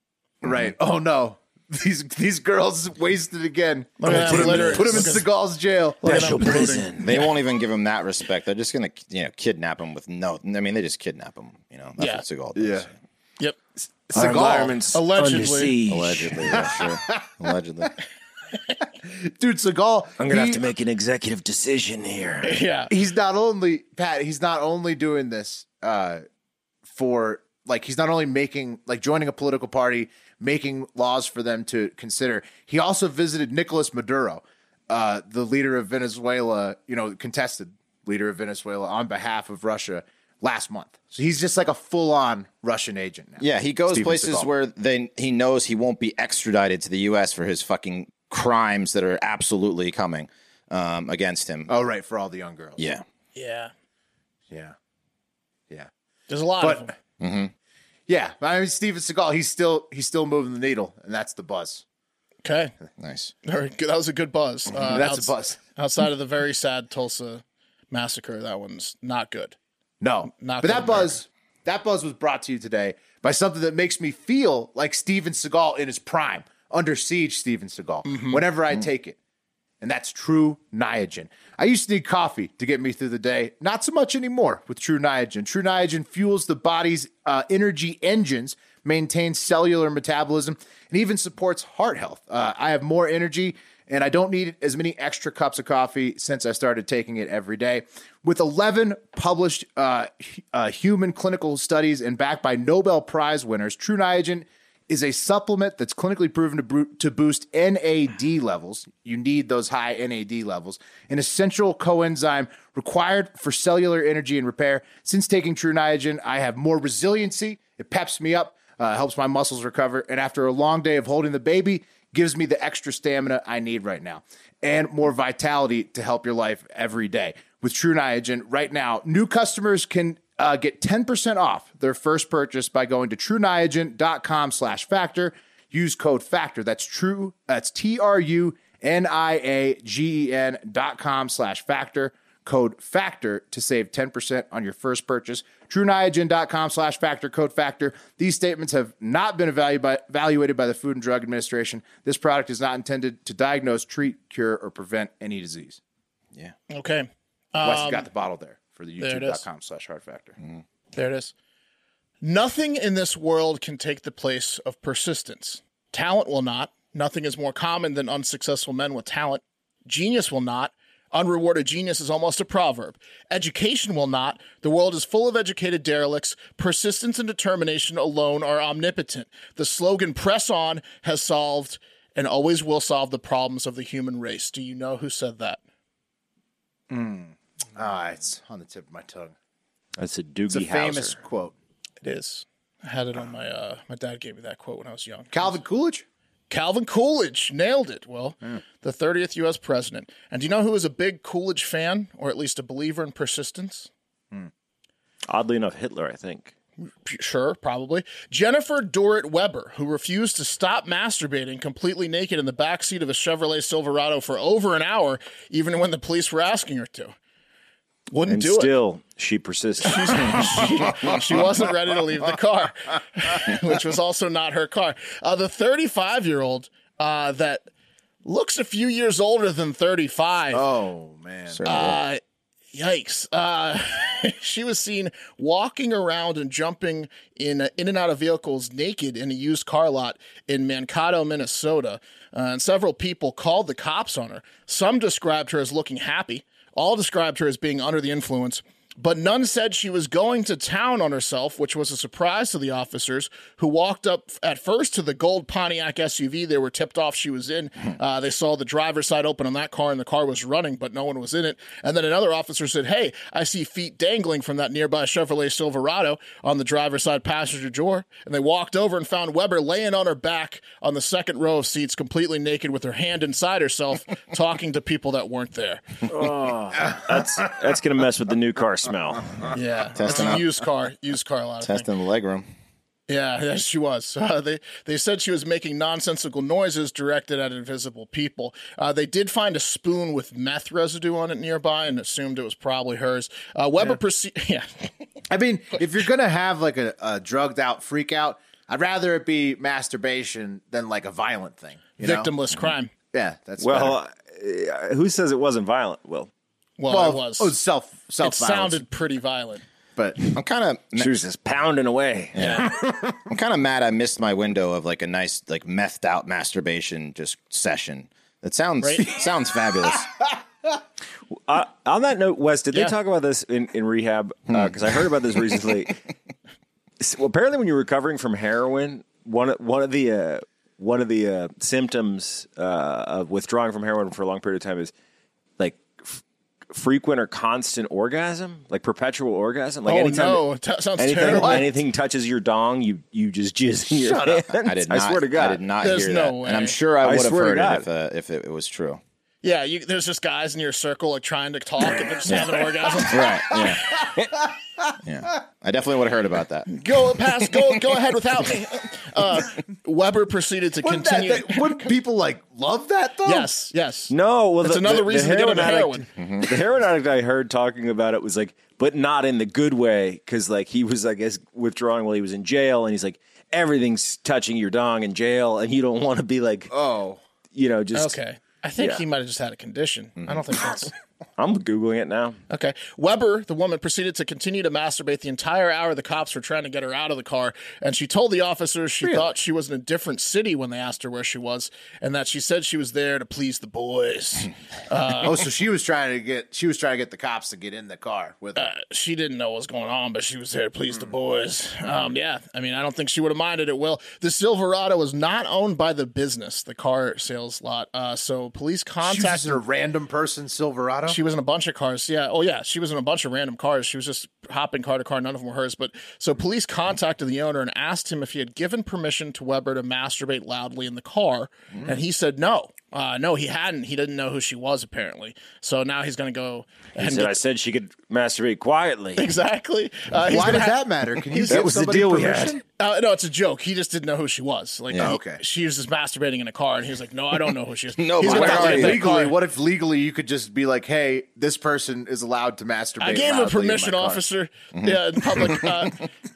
[SPEAKER 4] Mm-hmm.
[SPEAKER 1] right? Oh no, these these girls wasted again. Put
[SPEAKER 3] at that
[SPEAKER 1] them,
[SPEAKER 3] litter.
[SPEAKER 1] put 'em in
[SPEAKER 3] Look at-
[SPEAKER 1] Seagal's jail.
[SPEAKER 3] Special prison.
[SPEAKER 2] They won't even give him that respect. They're just gonna, you know, kidnap him with no. I mean, they just kidnap him. You know, that's
[SPEAKER 3] Yeah.
[SPEAKER 2] what Seagal does.
[SPEAKER 1] Yeah.
[SPEAKER 3] Yep.
[SPEAKER 4] Our
[SPEAKER 1] Seagal,
[SPEAKER 4] environment's
[SPEAKER 3] Allegedly.
[SPEAKER 4] under siege.
[SPEAKER 2] Allegedly, yeah, sure. Allegedly.
[SPEAKER 1] dude, Seagal.
[SPEAKER 4] I'm gonna
[SPEAKER 1] he-
[SPEAKER 4] have to make an executive decision here.
[SPEAKER 3] <laughs> Yeah.
[SPEAKER 1] he's not only Pat, he's not only doing this uh for like he's not only making like joining a political party, making laws for them to consider. He also visited Nicolas Maduro, uh the leader of Venezuela, you know, contested leader of Venezuela on behalf of Russia last month. So he's just like a full-on Russian agent now.
[SPEAKER 2] Yeah, he goes
[SPEAKER 1] Steven
[SPEAKER 2] places
[SPEAKER 1] Seagal.
[SPEAKER 2] where they he knows he won't be extradited to the U.S. for his fucking crimes that are absolutely coming um, against him.
[SPEAKER 1] Oh right, for all the young girls.
[SPEAKER 2] Yeah.
[SPEAKER 3] Yeah.
[SPEAKER 1] Yeah. Yeah.
[SPEAKER 3] There's a lot
[SPEAKER 1] But-
[SPEAKER 3] of them.
[SPEAKER 2] Mm-hmm.
[SPEAKER 1] Yeah, I mean Steven Seagal, he's still he's still moving the needle and that's the buzz.
[SPEAKER 3] Okay.
[SPEAKER 2] Nice.
[SPEAKER 3] Very good. That was a
[SPEAKER 1] <laughs>
[SPEAKER 3] good buzz. Uh,
[SPEAKER 1] That's
[SPEAKER 3] outs-
[SPEAKER 1] a buzz.
[SPEAKER 3] Outside of the very sad Tulsa massacre, that one's not good.
[SPEAKER 1] No,
[SPEAKER 3] Not
[SPEAKER 1] But
[SPEAKER 3] good
[SPEAKER 1] that buzz, that buzz was brought to you today by something that makes me feel like Steven Seagal in his prime, under siege. Steven Seagal,
[SPEAKER 3] Mm-hmm.
[SPEAKER 1] whenever I take it, and that's True Niagen. I used to need coffee to get me through the day. Not so much anymore with True Niagen. True Niagen fuels the body's uh, energy engines maintains cellular metabolism, and even supports heart health. Uh, I have more energy and I don't need as many extra cups of coffee since I started taking it every day. With 11 published uh, hu- uh, human clinical studies and backed by Nobel Prize winners, True Niagen is a supplement that's clinically proven to, bru- to boost NAD levels. You need those high NAD levels, an essential coenzyme required for cellular energy and repair. Since taking True Niagen, I have more resiliency. It peps me up, uh, helps my muscles recover, and after a long day of holding the baby, gives me the extra stamina I need right now and more vitality to help your life every day. With True Niagen, right now, new customers can uh, get 10% off their first purchase by going to trueniagen.com slash factor. Use code factor. That's true. That's T R U N I A G E N dot com slash factor. Code factor to save 10% on your first purchase. Trueniagen.com slash factor code factor. These statements have not been evaluated by, evaluated by the Food and Drug Administration. This product is not intended to diagnose, treat, cure, or prevent any disease.
[SPEAKER 3] Okay.
[SPEAKER 1] Wes has got the bottle there for the
[SPEAKER 3] Um, there it is.
[SPEAKER 1] youtube.com slash hard factor.
[SPEAKER 3] There it is. Nothing in this world can take the place of persistence. Talent will not. Nothing is more common than unsuccessful men with talent. Genius will not. Unrewarded genius is almost a proverb. Education will not. The world is full of educated derelicts. Persistence and determination alone are omnipotent. The slogan press on has solved and always will solve the problems of the human race. Do you know who said that?
[SPEAKER 1] Ah, it's on the tip of my tongue.
[SPEAKER 4] That's a Doogie
[SPEAKER 1] It's a famous
[SPEAKER 4] Howser.
[SPEAKER 1] quote.
[SPEAKER 3] It is. I had it on my uh my dad gave me that quote when I was young.
[SPEAKER 1] Calvin Coolidge?
[SPEAKER 3] Calvin Coolidge nailed it. Well, the 30th U.S. president. And do you know who was a big Coolidge fan, or at least a believer in persistence?
[SPEAKER 4] Oddly enough, Hitler, I think.
[SPEAKER 3] P- Sure, probably. Jennifer Dorrit Weber, who refused to stop masturbating completely naked in the backseat of a Chevrolet Silverado for over an hour, even when the police were asking her to. Wouldn't
[SPEAKER 4] And
[SPEAKER 3] do it.
[SPEAKER 4] still, she persists.
[SPEAKER 3] <laughs> she wasn't ready to leave the car, <laughs> which was also not her car. Uh, the 35 year old uh, that looks a few years older than 35.
[SPEAKER 1] Oh, man.
[SPEAKER 3] Uh, yikes. Uh, <laughs> she was seen walking around and jumping in in and out of vehicles naked in a used car lot in Mankato, Minnesota. Uh, and several people called the cops on her. Some described her as looking happy, all described her as being under the influence. But none said she was going to town on herself, which was a surprise to the officers who walked up at first to the gold Pontiac SUV they were tipped off she was in.
[SPEAKER 2] Hmm.
[SPEAKER 3] Uh, they saw the driver's side open on that car and the car was running, but no one was in it. And then another officer said, Hey, I see feet dangling from that nearby Chevrolet Silverado on the driver's side passenger door. And they walked over and found Weber laying on her back on the second row of seats, completely naked with her hand
[SPEAKER 2] <laughs>
[SPEAKER 3] inside herself, talking to people that weren't there.
[SPEAKER 4] that's <laughs> that's gonna mess with the new car smell.
[SPEAKER 3] Yeah. That's
[SPEAKER 2] Testing
[SPEAKER 3] a
[SPEAKER 2] out-
[SPEAKER 3] used car, used car, a lot of things.
[SPEAKER 2] Testing the legroom.
[SPEAKER 3] Yeah, <laughs> yes, she was. Uh, they they said she was making nonsensical noises directed at invisible people. Uh, they did find a spoon with meth residue on it nearby and assumed it was probably hers. Uh, Weber perceived. <laughs> Yeah,
[SPEAKER 1] I mean, if you're going to have like a, a drugged out freak out, I'd rather it be masturbation than like a violent thing. You know?
[SPEAKER 3] victimless crime.
[SPEAKER 1] Yeah, that's
[SPEAKER 4] <laughs>
[SPEAKER 1] better.
[SPEAKER 4] Well, uh, who says it wasn't violent? Will
[SPEAKER 3] Well,
[SPEAKER 1] Well,
[SPEAKER 3] it was.
[SPEAKER 1] Oh, self self
[SPEAKER 3] it sounded pretty violent.
[SPEAKER 1] but
[SPEAKER 2] I'm kind of
[SPEAKER 4] she was just pounding away.
[SPEAKER 2] I'm kind of mad. I missed my window of like a nice like methed out masturbation just session. That sounds
[SPEAKER 3] Right?
[SPEAKER 2] <laughs> sounds fabulous.
[SPEAKER 4] Uh, on that note, Wes, did
[SPEAKER 3] Yeah.
[SPEAKER 4] they talk about this in in rehab? Because I heard about this <laughs> recently. S- well, apparently, when you're recovering from heroin, one of- one of the uh, one of the uh, symptoms uh, of withdrawing from heroin for a long period of time is like f- frequent or constant orgasm, like perpetual orgasm. Like
[SPEAKER 3] Oh
[SPEAKER 4] anytime
[SPEAKER 3] no, T- sounds
[SPEAKER 4] anything,
[SPEAKER 3] terrible.
[SPEAKER 4] anything touches your dong, you you just jizz in your Shut hands.
[SPEAKER 2] I did. Not,
[SPEAKER 4] I swear to God,
[SPEAKER 2] I did not
[SPEAKER 3] There's
[SPEAKER 2] hear
[SPEAKER 3] no
[SPEAKER 2] that,
[SPEAKER 3] way.
[SPEAKER 2] and I'm sure I
[SPEAKER 4] I
[SPEAKER 2] would have
[SPEAKER 4] swear to
[SPEAKER 2] heard it
[SPEAKER 4] God.
[SPEAKER 2] if uh, if it, it was true.
[SPEAKER 3] Yeah, you, there's just guys in your circle like trying to talk and they're just having orgasms.
[SPEAKER 2] Right. Yeah. yeah. I definitely would have heard about that.
[SPEAKER 3] Go past. Go go ahead without me. <laughs> Uh, Weber proceeded to
[SPEAKER 1] wouldn't,
[SPEAKER 3] continue.
[SPEAKER 1] that, that-
[SPEAKER 3] <laughs>
[SPEAKER 1] wouldn't people like love that though?
[SPEAKER 3] yes, yes.
[SPEAKER 4] No, well,
[SPEAKER 3] That's
[SPEAKER 4] the,
[SPEAKER 3] another
[SPEAKER 4] the- the
[SPEAKER 3] reason to get into
[SPEAKER 4] addict- <laughs> The heroin addict I heard talking about it was like, but not in the good way, because like he was, I guess, withdrawing while he was in jail, and he's like, everything's touching your dong in jail, and you don't want to be like,
[SPEAKER 1] Oh,
[SPEAKER 4] you know, just
[SPEAKER 3] Okay. I think
[SPEAKER 4] Yeah.
[SPEAKER 1] Mm-hmm.
[SPEAKER 3] he might have just had a condition. I don't think that's
[SPEAKER 4] I'm googling it now.
[SPEAKER 3] <laughs> Okay. Weber, the woman, proceeded to continue to masturbate the entire hour the cops were trying to get her out of the car. And she told the officers she thought she was in a different city when they asked her where she was, and that she said she was there to please the boys.
[SPEAKER 1] oh,
[SPEAKER 3] <laughs>
[SPEAKER 1] so she was trying to get she was trying to get the cops to get in the car with her.
[SPEAKER 3] Uh, she didn't know what was going on, but she was there to please
[SPEAKER 1] Hmm.
[SPEAKER 3] the boys. Um, yeah, I mean, I don't think she would have minded it. Well, the Silverado was not owned by the business, the car sales lot. Uh, so police
[SPEAKER 1] she was just
[SPEAKER 3] contacted.
[SPEAKER 1] a random person, Silverado.
[SPEAKER 3] She was in a bunch of cars. Yeah. Oh, yeah. She was in a bunch of random cars. She was just hopping car to car. None of them were hers. But so police contacted the owner and asked him if he had given permission to Weber to masturbate loudly in the car. And he said no. Uh, no, he hadn't. He didn't know who she was, apparently. So now he's going to go and
[SPEAKER 4] He said, I said she could masturbate quietly.
[SPEAKER 3] <laughs> Exactly. Uh, he's
[SPEAKER 1] Why
[SPEAKER 3] gonna
[SPEAKER 1] does
[SPEAKER 3] ha-
[SPEAKER 1] that matter? Can you
[SPEAKER 3] <laughs> That
[SPEAKER 1] give
[SPEAKER 4] was the
[SPEAKER 1] somebody
[SPEAKER 4] deal we had.
[SPEAKER 1] permission?
[SPEAKER 3] Uh, no, it's a joke. He just didn't know who she was. Like,
[SPEAKER 2] Yeah.
[SPEAKER 3] he-
[SPEAKER 1] Okay.
[SPEAKER 3] she was just masturbating in a car, and he was like, "No, I don't know who she is."
[SPEAKER 2] No,
[SPEAKER 3] he's
[SPEAKER 2] but
[SPEAKER 3] gonna
[SPEAKER 2] I
[SPEAKER 3] have to
[SPEAKER 2] already
[SPEAKER 3] get that
[SPEAKER 1] legally,
[SPEAKER 3] car.
[SPEAKER 1] what if legally you could just be like, "Hey, this person is allowed to masturbate."
[SPEAKER 3] I gave him
[SPEAKER 1] loudly in my
[SPEAKER 3] permission,
[SPEAKER 1] car. Mm-hmm.
[SPEAKER 3] officer. Yeah,
[SPEAKER 1] <laughs>
[SPEAKER 3] in public. Uh,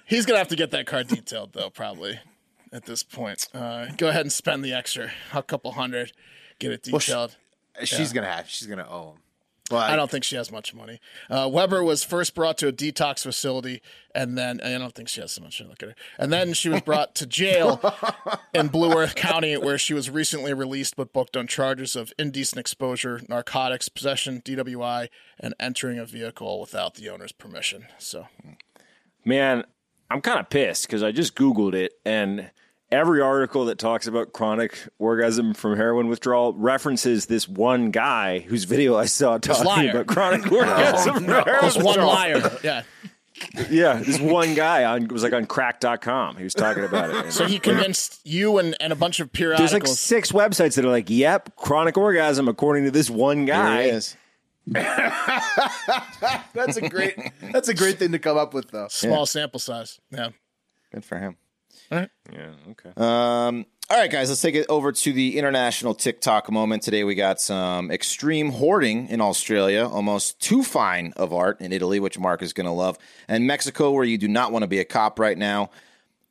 [SPEAKER 3] he's gonna have to get that car detailed, though, probably. At this point, uh, go ahead and spend the extra, a couple hundred, get it
[SPEAKER 1] sh-
[SPEAKER 3] detailed.
[SPEAKER 1] Uh, She's gonna have. She's gonna owe him. But
[SPEAKER 3] I don't think she has much money. Uh, Weber was first brought to a detox facility, and then I don't think she has so much. Look at her. And then she was brought
[SPEAKER 1] <laughs>
[SPEAKER 3] to jail in Blue Earth County, where she was recently released but booked on charges of indecent exposure, narcotics possession, DWI, and entering a vehicle without the owner's permission. So
[SPEAKER 4] Man, I'm kind of pissed because I just Googled it and every article that talks about chronic orgasm from heroin withdrawal references this one guy whose video I saw talking
[SPEAKER 3] liar.
[SPEAKER 4] about
[SPEAKER 2] <laughs>
[SPEAKER 4] chronic orgasm from heroin
[SPEAKER 3] just one
[SPEAKER 4] withdrawal.
[SPEAKER 3] liar. Yeah.
[SPEAKER 4] Yeah, this one guy on it was like on crack.com. He was talking about it. And
[SPEAKER 3] So he convinced you and, and a bunch of periodicals.
[SPEAKER 4] there's like six websites that are like, yep, chronic orgasm according to this one
[SPEAKER 2] There
[SPEAKER 4] guy.
[SPEAKER 2] he is.
[SPEAKER 1] That's a
[SPEAKER 3] <laughs>
[SPEAKER 1] great. that's a great thing to come up with, though.
[SPEAKER 3] Small sample size. Yeah.
[SPEAKER 2] Good for him.
[SPEAKER 4] Yeah, okay.
[SPEAKER 2] Um, all right, guys, let's take it over to the international TikTok moment. Today we got some extreme hoarding in Australia, almost too fine of art in Italy, which Mark is going to love, and Mexico, where you do not want to be a cop right now.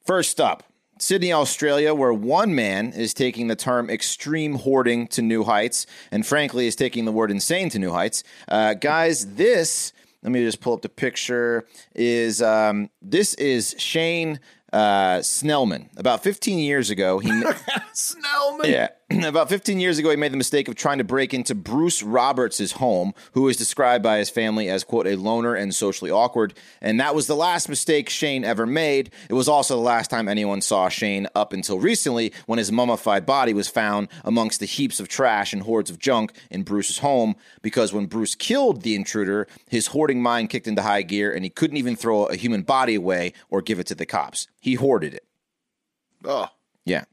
[SPEAKER 2] First up, Sydney, Australia, where one man is taking the term extreme hoarding to new heights, and frankly, is taking the word insane to new heights. Uh, guys, this, let me just pull up the picture, is um, this is Shane uh, Snellman. About 15 years ago, he.
[SPEAKER 1] Snellman.
[SPEAKER 2] Yeah. <clears throat> About 15 years ago, he made the mistake of trying to break into Bruce Roberts' home, who is described by his family as, quote, a loner and socially awkward. And that was the last mistake Shane ever made. It was also the last time anyone saw Shane up until recently when his mummified body was found amongst the heaps of trash and hordes of junk in Bruce's home. Because when Bruce killed the intruder, his hoarding mind kicked into high gear and he couldn't even throw a human body away or give it to the cops. He hoarded it.
[SPEAKER 1] Oh,
[SPEAKER 2] Yeah.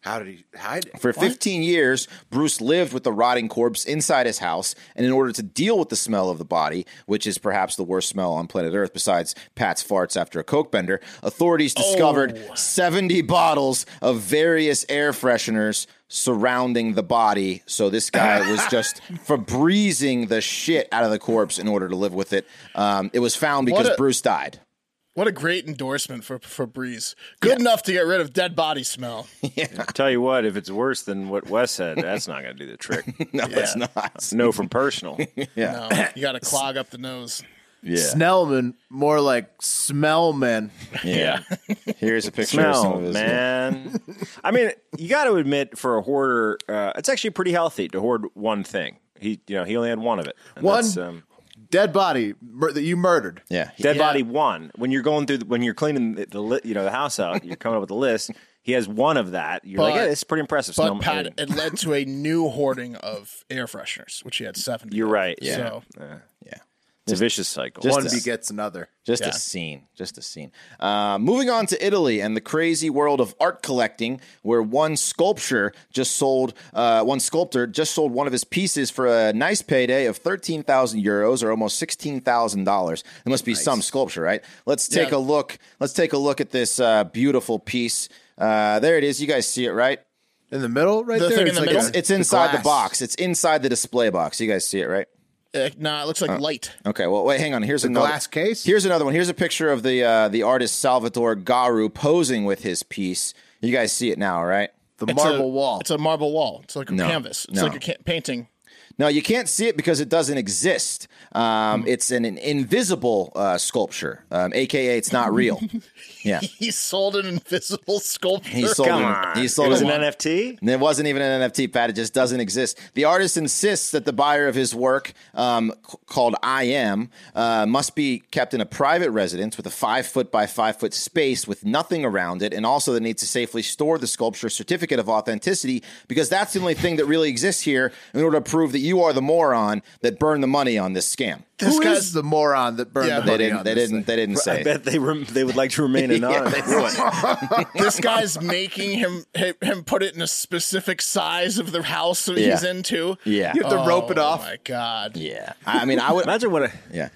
[SPEAKER 1] how did he hide it?
[SPEAKER 2] For 15 years, Bruce lived with the rotting corpse inside his house, and in order to deal with the smell of the body, which is perhaps the worst smell on planet Earth besides Pat's farts after a coke bender, authorities discovered 70 bottles of various air fresheners surrounding the body. So this guy was just for breezing the shit out of the corpse in order to live with it. Um, it was found because
[SPEAKER 3] a-
[SPEAKER 2] Bruce died. <laughs>
[SPEAKER 3] What a great endorsement for for Breeze. Good enough to get rid of dead body
[SPEAKER 4] <laughs>
[SPEAKER 3] smell.
[SPEAKER 4] Tell you what, if it's worse than what Wes said, that's not going to do
[SPEAKER 2] <laughs>
[SPEAKER 4] the trick.
[SPEAKER 2] No, it's not.
[SPEAKER 4] No, from personal.
[SPEAKER 3] No, Um, you got to clog up the nose.
[SPEAKER 2] Yeah.
[SPEAKER 1] Snellman, more like Smellman.
[SPEAKER 2] yeah. Here's a picture of some
[SPEAKER 4] smell,
[SPEAKER 2] of his.
[SPEAKER 4] man. I mean, you got to admit, for a hoarder, uh, it's actually pretty healthy to hoard one thing. He, you know, he only had one of it. And
[SPEAKER 1] One
[SPEAKER 4] that's, um,
[SPEAKER 1] dead body mur- that you murdered.
[SPEAKER 2] Yeah.
[SPEAKER 4] dead body one. When you're going through, the, when you're cleaning the, the li- you know the house out, you're coming up with a list. He has one of that. You're like,
[SPEAKER 3] But-
[SPEAKER 4] yeah, it's pretty impressive.
[SPEAKER 3] But
[SPEAKER 4] Snowman.
[SPEAKER 3] Pat, it led to a new hoarding of air fresheners, which he had 70.
[SPEAKER 4] you're right. Yeah,
[SPEAKER 3] So
[SPEAKER 2] Yeah.
[SPEAKER 4] it's a vicious cycle.
[SPEAKER 2] just
[SPEAKER 1] One
[SPEAKER 2] a-
[SPEAKER 1] begets another.
[SPEAKER 2] Just
[SPEAKER 3] Yeah.
[SPEAKER 2] a scene. Just a scene. Uh, moving on to Italy and the crazy world of art collecting, where one sculpture just sold, uh, one sculptor just sold one of his pieces for a nice payday of 13,000 euros or almost $16,000. It must be some sculpture, right? Let's take
[SPEAKER 3] Yeah.
[SPEAKER 2] a look. Let's take a look at this uh, beautiful piece. Uh, there it is. You guys see it, right?
[SPEAKER 1] In the middle, right
[SPEAKER 3] The
[SPEAKER 1] there.
[SPEAKER 3] thing in the middle?
[SPEAKER 2] It's, it's inside the,
[SPEAKER 1] glass.
[SPEAKER 2] box. It's inside the display box. You guys see it, right?
[SPEAKER 3] Eh, nah, it looks
[SPEAKER 4] Uh,
[SPEAKER 3] like light.
[SPEAKER 2] Okay, well, wait, hang on. Here's another
[SPEAKER 1] glass case?
[SPEAKER 2] Here's another one. Here's a picture of the uh, the artist Salvatore Garu posing with his piece. You guys see it now, right?
[SPEAKER 1] The marble
[SPEAKER 3] a,
[SPEAKER 1] wall.
[SPEAKER 3] It's a marble wall. It's like a
[SPEAKER 2] No.
[SPEAKER 3] canvas. It's
[SPEAKER 2] No.
[SPEAKER 3] like a ca- painting.
[SPEAKER 2] No, you can't see it because it doesn't exist. Um, It's an, an invisible uh, sculpture, um, aka it's not real. yeah,
[SPEAKER 3] He sold an invisible <laughs> sculpture.
[SPEAKER 2] he sold.
[SPEAKER 4] Come
[SPEAKER 2] it,
[SPEAKER 4] on.
[SPEAKER 2] He sold
[SPEAKER 4] it was
[SPEAKER 2] it.
[SPEAKER 4] an NFT?
[SPEAKER 2] And it wasn't even an NFT, Pat. It just doesn't exist. The artist insists that the buyer of his work, um, c- called I Am, uh, must be kept in a private residence with a five foot by five foot space with nothing around it, and also that needs to safely store the sculpture certificate of authenticity because that's the only thing that really exists here in order to prove that you are the moron that burned the money on this scam.
[SPEAKER 1] Who is the moron that burned
[SPEAKER 3] Yeah.
[SPEAKER 1] the
[SPEAKER 3] They
[SPEAKER 1] money
[SPEAKER 2] They didn't.
[SPEAKER 1] on
[SPEAKER 2] They
[SPEAKER 1] this
[SPEAKER 2] didn't.
[SPEAKER 1] thing?
[SPEAKER 2] They
[SPEAKER 1] <laughs>
[SPEAKER 2] didn't
[SPEAKER 4] I
[SPEAKER 2] say.
[SPEAKER 4] bet they rem- they would like
[SPEAKER 2] <laughs>
[SPEAKER 4] to remain anonymous.
[SPEAKER 3] this guy's making him hi- him put it in a specific size of the house that he's
[SPEAKER 2] Yeah.
[SPEAKER 3] into.
[SPEAKER 2] Yeah.
[SPEAKER 1] You have to rope it
[SPEAKER 3] Oh
[SPEAKER 1] off.
[SPEAKER 3] my god.
[SPEAKER 2] yeah. I I mean, I would.
[SPEAKER 4] Imagine what a
[SPEAKER 2] Yeah.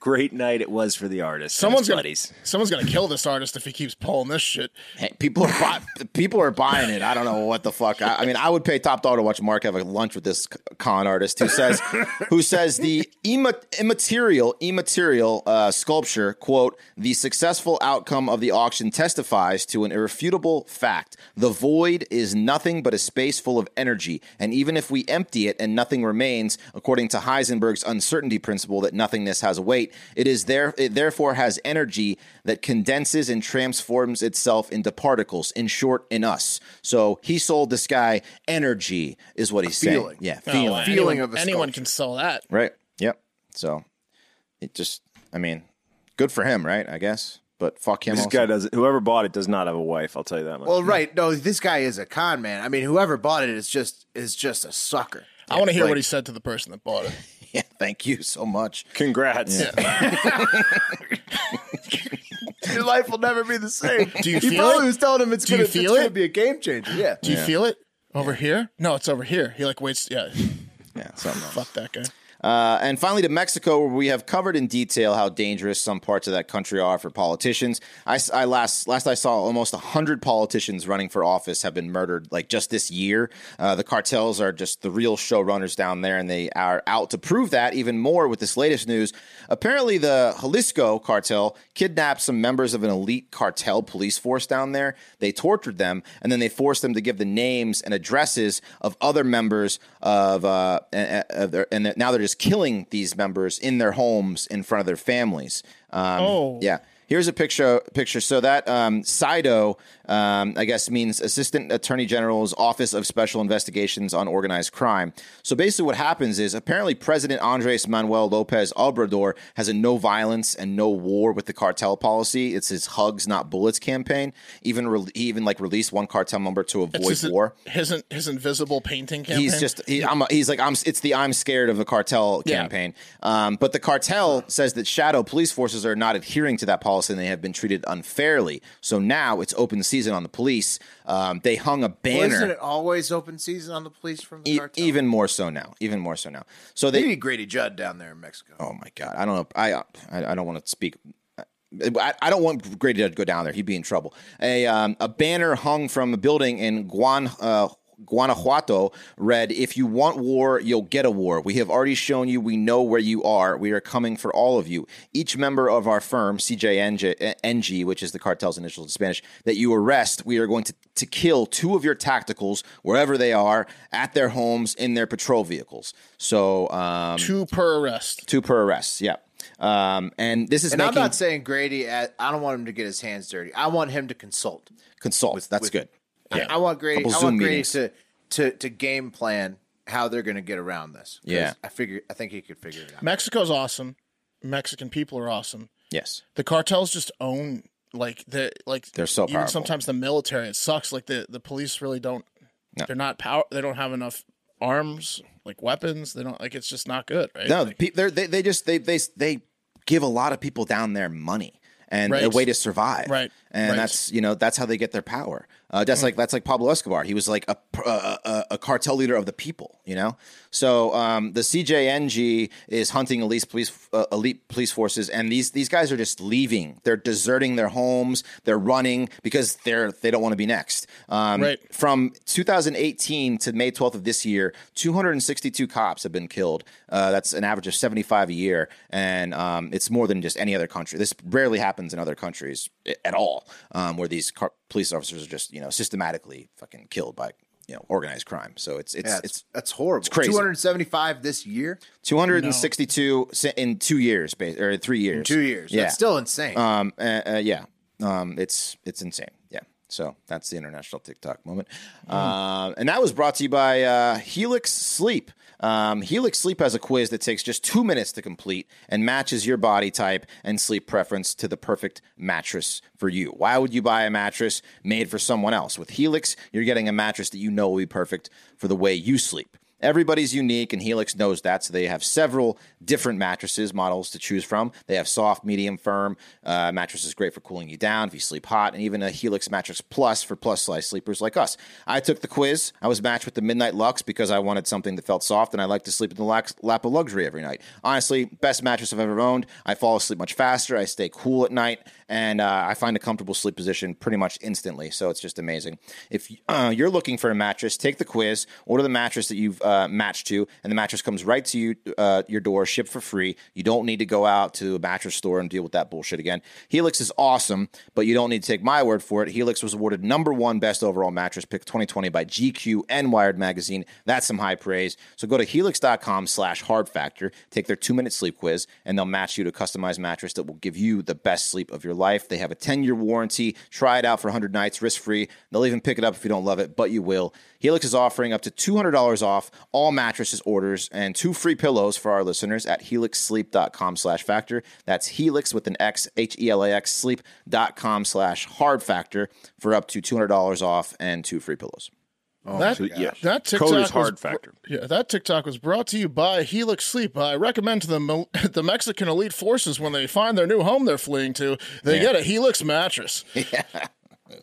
[SPEAKER 4] great night it was for the artist.
[SPEAKER 3] Someone's
[SPEAKER 4] Someone's
[SPEAKER 3] gonna
[SPEAKER 4] buddies.
[SPEAKER 3] someone's gonna kill this artist if he keeps pulling this shit.
[SPEAKER 2] Hey, people are buy- people are buying it. I don't know what the fuck. I, I mean, I would pay top dollar to watch Mark have a lunch with this c- con artist who says who says the imma- immaterial immaterial uh, sculpture quote the successful outcome of the auction testifies to an irrefutable fact. The void is nothing but a space full of energy, and even if we empty it and nothing remains, according to Heisenberg's uncertainty principle that nothingness has a weight, it is there it therefore has energy that condenses and transforms itself into particles, in short, in us. So he sold this guy energy, is what he's
[SPEAKER 1] feeling.
[SPEAKER 2] saying. Yeah,
[SPEAKER 3] Oh,
[SPEAKER 2] feeling.
[SPEAKER 3] anyone-
[SPEAKER 1] Feeling of a
[SPEAKER 3] anyone
[SPEAKER 1] sculpture.
[SPEAKER 3] can sell that.
[SPEAKER 2] Right. Yep. So it just, I mean, good for him, right? I guess. But fuck him.
[SPEAKER 4] This
[SPEAKER 2] also.
[SPEAKER 4] guy doesn't. Whoever bought it does not have a wife. I'll tell you that much.
[SPEAKER 1] Well, right. No, this guy is a con man. I mean, whoever bought it is just is just a sucker.
[SPEAKER 3] I want to hear what he said to the person that bought it.
[SPEAKER 2] <laughs> yeah, thank you so much.
[SPEAKER 4] Congrats.
[SPEAKER 1] Your life will never be <laughs> the same.
[SPEAKER 3] Do you
[SPEAKER 1] he
[SPEAKER 3] feel
[SPEAKER 1] probably
[SPEAKER 3] it?
[SPEAKER 1] was telling him it's
[SPEAKER 3] Do you
[SPEAKER 1] going to
[SPEAKER 3] feel it?
[SPEAKER 1] be a game changer. Yeah.
[SPEAKER 3] Do you feel it over here? No, it's over here. He like waits. Yeah,
[SPEAKER 2] Yeah, something else.
[SPEAKER 3] fuck that guy.
[SPEAKER 2] Uh, and finally, to Mexico, where we have covered in detail how dangerous some parts of that country are for politicians. I, s- I last last I saw, almost hundred politicians running for office have been murdered, like just this year. Uh, the cartels are just the real showrunners down there, and they are out to prove that even more with this latest news. Apparently, the Jalisco cartel kidnapped some members of an elite cartel police force down there. They tortured them, and then they forced them to give the names and addresses of other members of, uh, and, and that now they're just killing these members in their homes in front of their families. Um,
[SPEAKER 3] Oh.
[SPEAKER 2] yeah. Here's a picture. Picture. So that um, Sido, um, I guess, means Assistant Attorney General's Office of Special Investigations on Organized Crime. So basically, what happens is apparently President Andres Manuel Lopez Obrador has a no violence and no war with the cartel policy. It's his hugs, not bullets campaign. Even re- he even like released one cartel member to avoid
[SPEAKER 3] It's his-
[SPEAKER 2] war.
[SPEAKER 3] His, in- his invisible painting campaign.
[SPEAKER 2] He's just he, I'm a, he's like I'm. It's the I'm scared of the cartel
[SPEAKER 3] Yeah.
[SPEAKER 2] campaign. Um, but the cartel says that shadow police forces are not adhering to that policy and they have been treated unfairly. So now it's open season on the police. Um, they hung a
[SPEAKER 1] Wasn't
[SPEAKER 2] banner.
[SPEAKER 1] it always open season on the police from the
[SPEAKER 2] E-
[SPEAKER 1] cartel?
[SPEAKER 2] even more so now. Even more so now. So
[SPEAKER 1] they
[SPEAKER 2] they.
[SPEAKER 1] need Grady Judd down there in Mexico.
[SPEAKER 2] Oh my god! I don't know. I uh, I, I don't want to speak. uh, I, I don't want Grady to go down there. He'd be in trouble. A um, a banner hung from a building in Guan. Uh, Guanajuato read, If you want war, you'll get a war. We have already shown you we know where you are. We are coming for all of you. Each member of our firm, CJNG, which is the cartel's initials in Spanish, that you arrest, we are going to, to kill two of your tacticals wherever they are, at their homes, in their patrol vehicles. So, um,
[SPEAKER 3] two per arrest.
[SPEAKER 2] two per arrest. Yeah. Um, and this is
[SPEAKER 1] And
[SPEAKER 2] making
[SPEAKER 1] I'm not saying Grady. I I don't want him to get his hands dirty. I want him to consult.
[SPEAKER 2] consult. That's
[SPEAKER 1] with-
[SPEAKER 2] good.
[SPEAKER 1] I- I want Grady.
[SPEAKER 2] Couple
[SPEAKER 1] I
[SPEAKER 2] Zoom
[SPEAKER 1] want Grady
[SPEAKER 2] meetings.
[SPEAKER 1] to, to to game plan how they're going to get around this. 'Cause
[SPEAKER 2] Yeah.
[SPEAKER 1] I figure. I think he could figure it out.
[SPEAKER 3] Mexico's awesome. Mexican people are awesome.
[SPEAKER 2] Yes.
[SPEAKER 3] The cartels just own like the like
[SPEAKER 2] They're so
[SPEAKER 3] even
[SPEAKER 2] powerful.
[SPEAKER 3] sometimes the military. It sucks. Like the the police really don't. They're not power. They don't have enough arms, like weapons. They don't like. It's just not good, right?
[SPEAKER 2] No,
[SPEAKER 3] Like,
[SPEAKER 2] pe- they're, they they just they they they give a lot of people down there money and a
[SPEAKER 3] Right.
[SPEAKER 2] way to survive.
[SPEAKER 3] Right.
[SPEAKER 2] And
[SPEAKER 3] Right.
[SPEAKER 2] that's you know that's how they get their power. Uh, that's like that's like Pablo Escobar. He was like a pr- a, a, a cartel leader of the people. You know. So um, the CJNG is hunting elite police uh, elite police forces, and these these guys are just leaving. They're deserting their homes. They're running because they're they don't want to be next. Um,
[SPEAKER 3] Right.
[SPEAKER 2] from 2018 to May 12th of this year, 262 cops have been killed. Uh, that's an average of 75 a year, and um, it's more than just any other country. This rarely happens in other countries i- at all, um, where these car- police officers are just you know systematically fucking killed by you know organized crime. So it's it's
[SPEAKER 1] Yeah,
[SPEAKER 2] it's
[SPEAKER 1] it's that's horrible.
[SPEAKER 2] crazy.
[SPEAKER 1] 275 this year,
[SPEAKER 2] 262 si in two years, ba- or three years.
[SPEAKER 1] two years.
[SPEAKER 2] Yeah.
[SPEAKER 1] That's still insane.
[SPEAKER 2] Um. Uh, uh, yeah. Um. It's it's insane. Yeah. So that's the international TikTok moment. Um, and that was brought to you by uh, Helix Sleep. Um, Helix Sleep has a quiz that takes just two minutes to complete and matches your body type and sleep preference to the perfect mattress for you. Why would you buy a mattress made for someone else? With Helix, you're getting a mattress that you know will be perfect for the way you sleep. Everybody's unique, and Helix knows that. So they have several different mattresses models to choose from. They have soft, medium, firm uh, mattress is great for cooling you down if you sleep hot, and even a Helix mattress plus for plus size sleepers like us. I took the quiz. I was matched with the Midnight Lux because I wanted something that felt soft, and I like to sleep in the lax- lap of luxury every night. Honestly, best mattress I've ever owned. I fall asleep much faster. I stay cool at night, and uh, I find a comfortable sleep position pretty much instantly. So it's just amazing. If uh, you're looking for a mattress, take the quiz, order the mattress that you've uh, matched to, and the mattress comes right to you, uh, your door, shipped for free. You don't need to go out to a mattress store and deal with that bullshit again. Helix is awesome, but you don't need to take my word for it. Helix was awarded number one best overall mattress pick 2020 by GQ and Wired Magazine. That's some high praise. So go to helix.com slash hard factor, take their two minute sleep quiz, and they'll match you to a customized mattress that will give you the best sleep of your life. They have a 10 year warranty. Try it out for 100 nights risk free. They'll even pick it up if you don't love it, but you will. Helix is offering up to $200 off all mattresses orders and two free pillows for our listeners at helixsleep.com slash factor. That's helix with an X, H E L A X, sleep.com slash hard factor for up to $200 off and two free pillows.
[SPEAKER 3] that,
[SPEAKER 4] yeah.
[SPEAKER 3] that TikTok
[SPEAKER 4] Code is
[SPEAKER 3] was
[SPEAKER 4] hard
[SPEAKER 3] br-
[SPEAKER 4] factor.
[SPEAKER 3] Yeah, that TikTok was brought to you by Helix Sleep. I recommend to the Mil- <laughs> the Mexican elite forces when they find their new home they're fleeing to, they get a Helix mattress.
[SPEAKER 4] <laughs>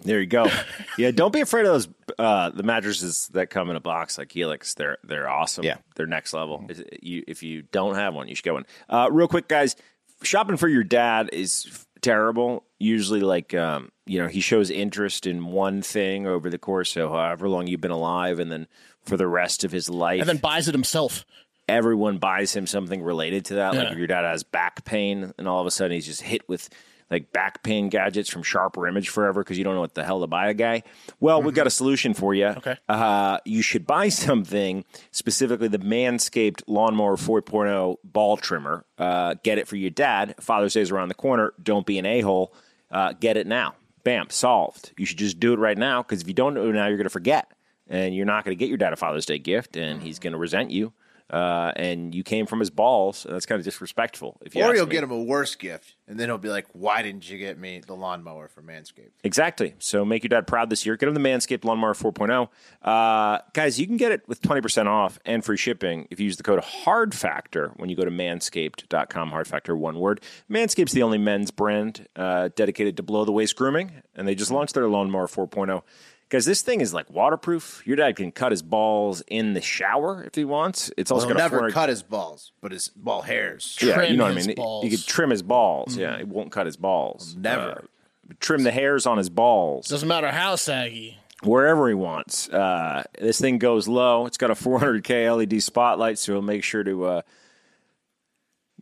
[SPEAKER 4] There you go. yeah, don't be afraid of those uh, the mattresses that come in a box like Helix. They're they're awesome.
[SPEAKER 2] Yeah.
[SPEAKER 4] they're next level. Is- You, if you don't have one, you should get one. Uh, real quick, guys, shopping for your dad is f- terrible. Usually, like um, you know, he shows interest in one thing over the course of however long you've been alive, and then for the rest of his life,
[SPEAKER 3] and then buys it himself.
[SPEAKER 4] everyone buys him something related to that. Like
[SPEAKER 3] Yeah.
[SPEAKER 4] if your dad has back pain, and all of a sudden he's just hit with like back pain gadgets from Sharper Image forever because you don't know what the hell to buy a guy. Well, we've got a solution for you.
[SPEAKER 3] Mm-hmm. Okay.
[SPEAKER 4] Uh, you should buy something specifically the Manscaped Lawnmower 4.0 ball trimmer. Uh, get it for your dad. Father's Day is around the corner. Don't be an a hole. Uh, get it now. Bam, solved. You should just do it right now because if you don't do it now, you're going to forget and you're not going to get your dad a Father's Day gift and he's going to resent you. Uh, and you came from his balls, and that's kind of disrespectful. If you
[SPEAKER 1] or
[SPEAKER 4] ask
[SPEAKER 1] you'll
[SPEAKER 4] me.
[SPEAKER 1] get him a worse gift, and then he'll be like, "Why didn't you get me the lawnmower for Manscaped?"
[SPEAKER 4] Exactly. So make your dad proud this year. Get him the Manscaped Lawnmower 4.0. Uh, guys, you can get it with 20% off and free shipping if you use the code HARDFACTOR when you go to manscaped.com. Hard Factor, one word. Manscaped's the only men's brand uh, dedicated to below the waist grooming, and they just launched their Lawnmower 4.0. Guys, this thing is like waterproof. Your dad can cut his balls in the shower if he wants. It's also
[SPEAKER 1] He'll
[SPEAKER 4] got
[SPEAKER 1] never
[SPEAKER 4] a 4
[SPEAKER 1] cut his balls, but his ball hairs.
[SPEAKER 4] yeah, you
[SPEAKER 3] trim
[SPEAKER 4] know what I
[SPEAKER 3] his
[SPEAKER 4] mean.
[SPEAKER 3] balls.
[SPEAKER 4] You could trim his balls. Yeah, it won't cut his balls.
[SPEAKER 1] Mm-hmm. Never.
[SPEAKER 4] Uh, trim the hairs on his balls
[SPEAKER 3] Doesn't matter how saggy.
[SPEAKER 4] wherever he wants. Uh, this thing goes low. It's got a 400K LED E spotlight, so he'll make sure to, uh,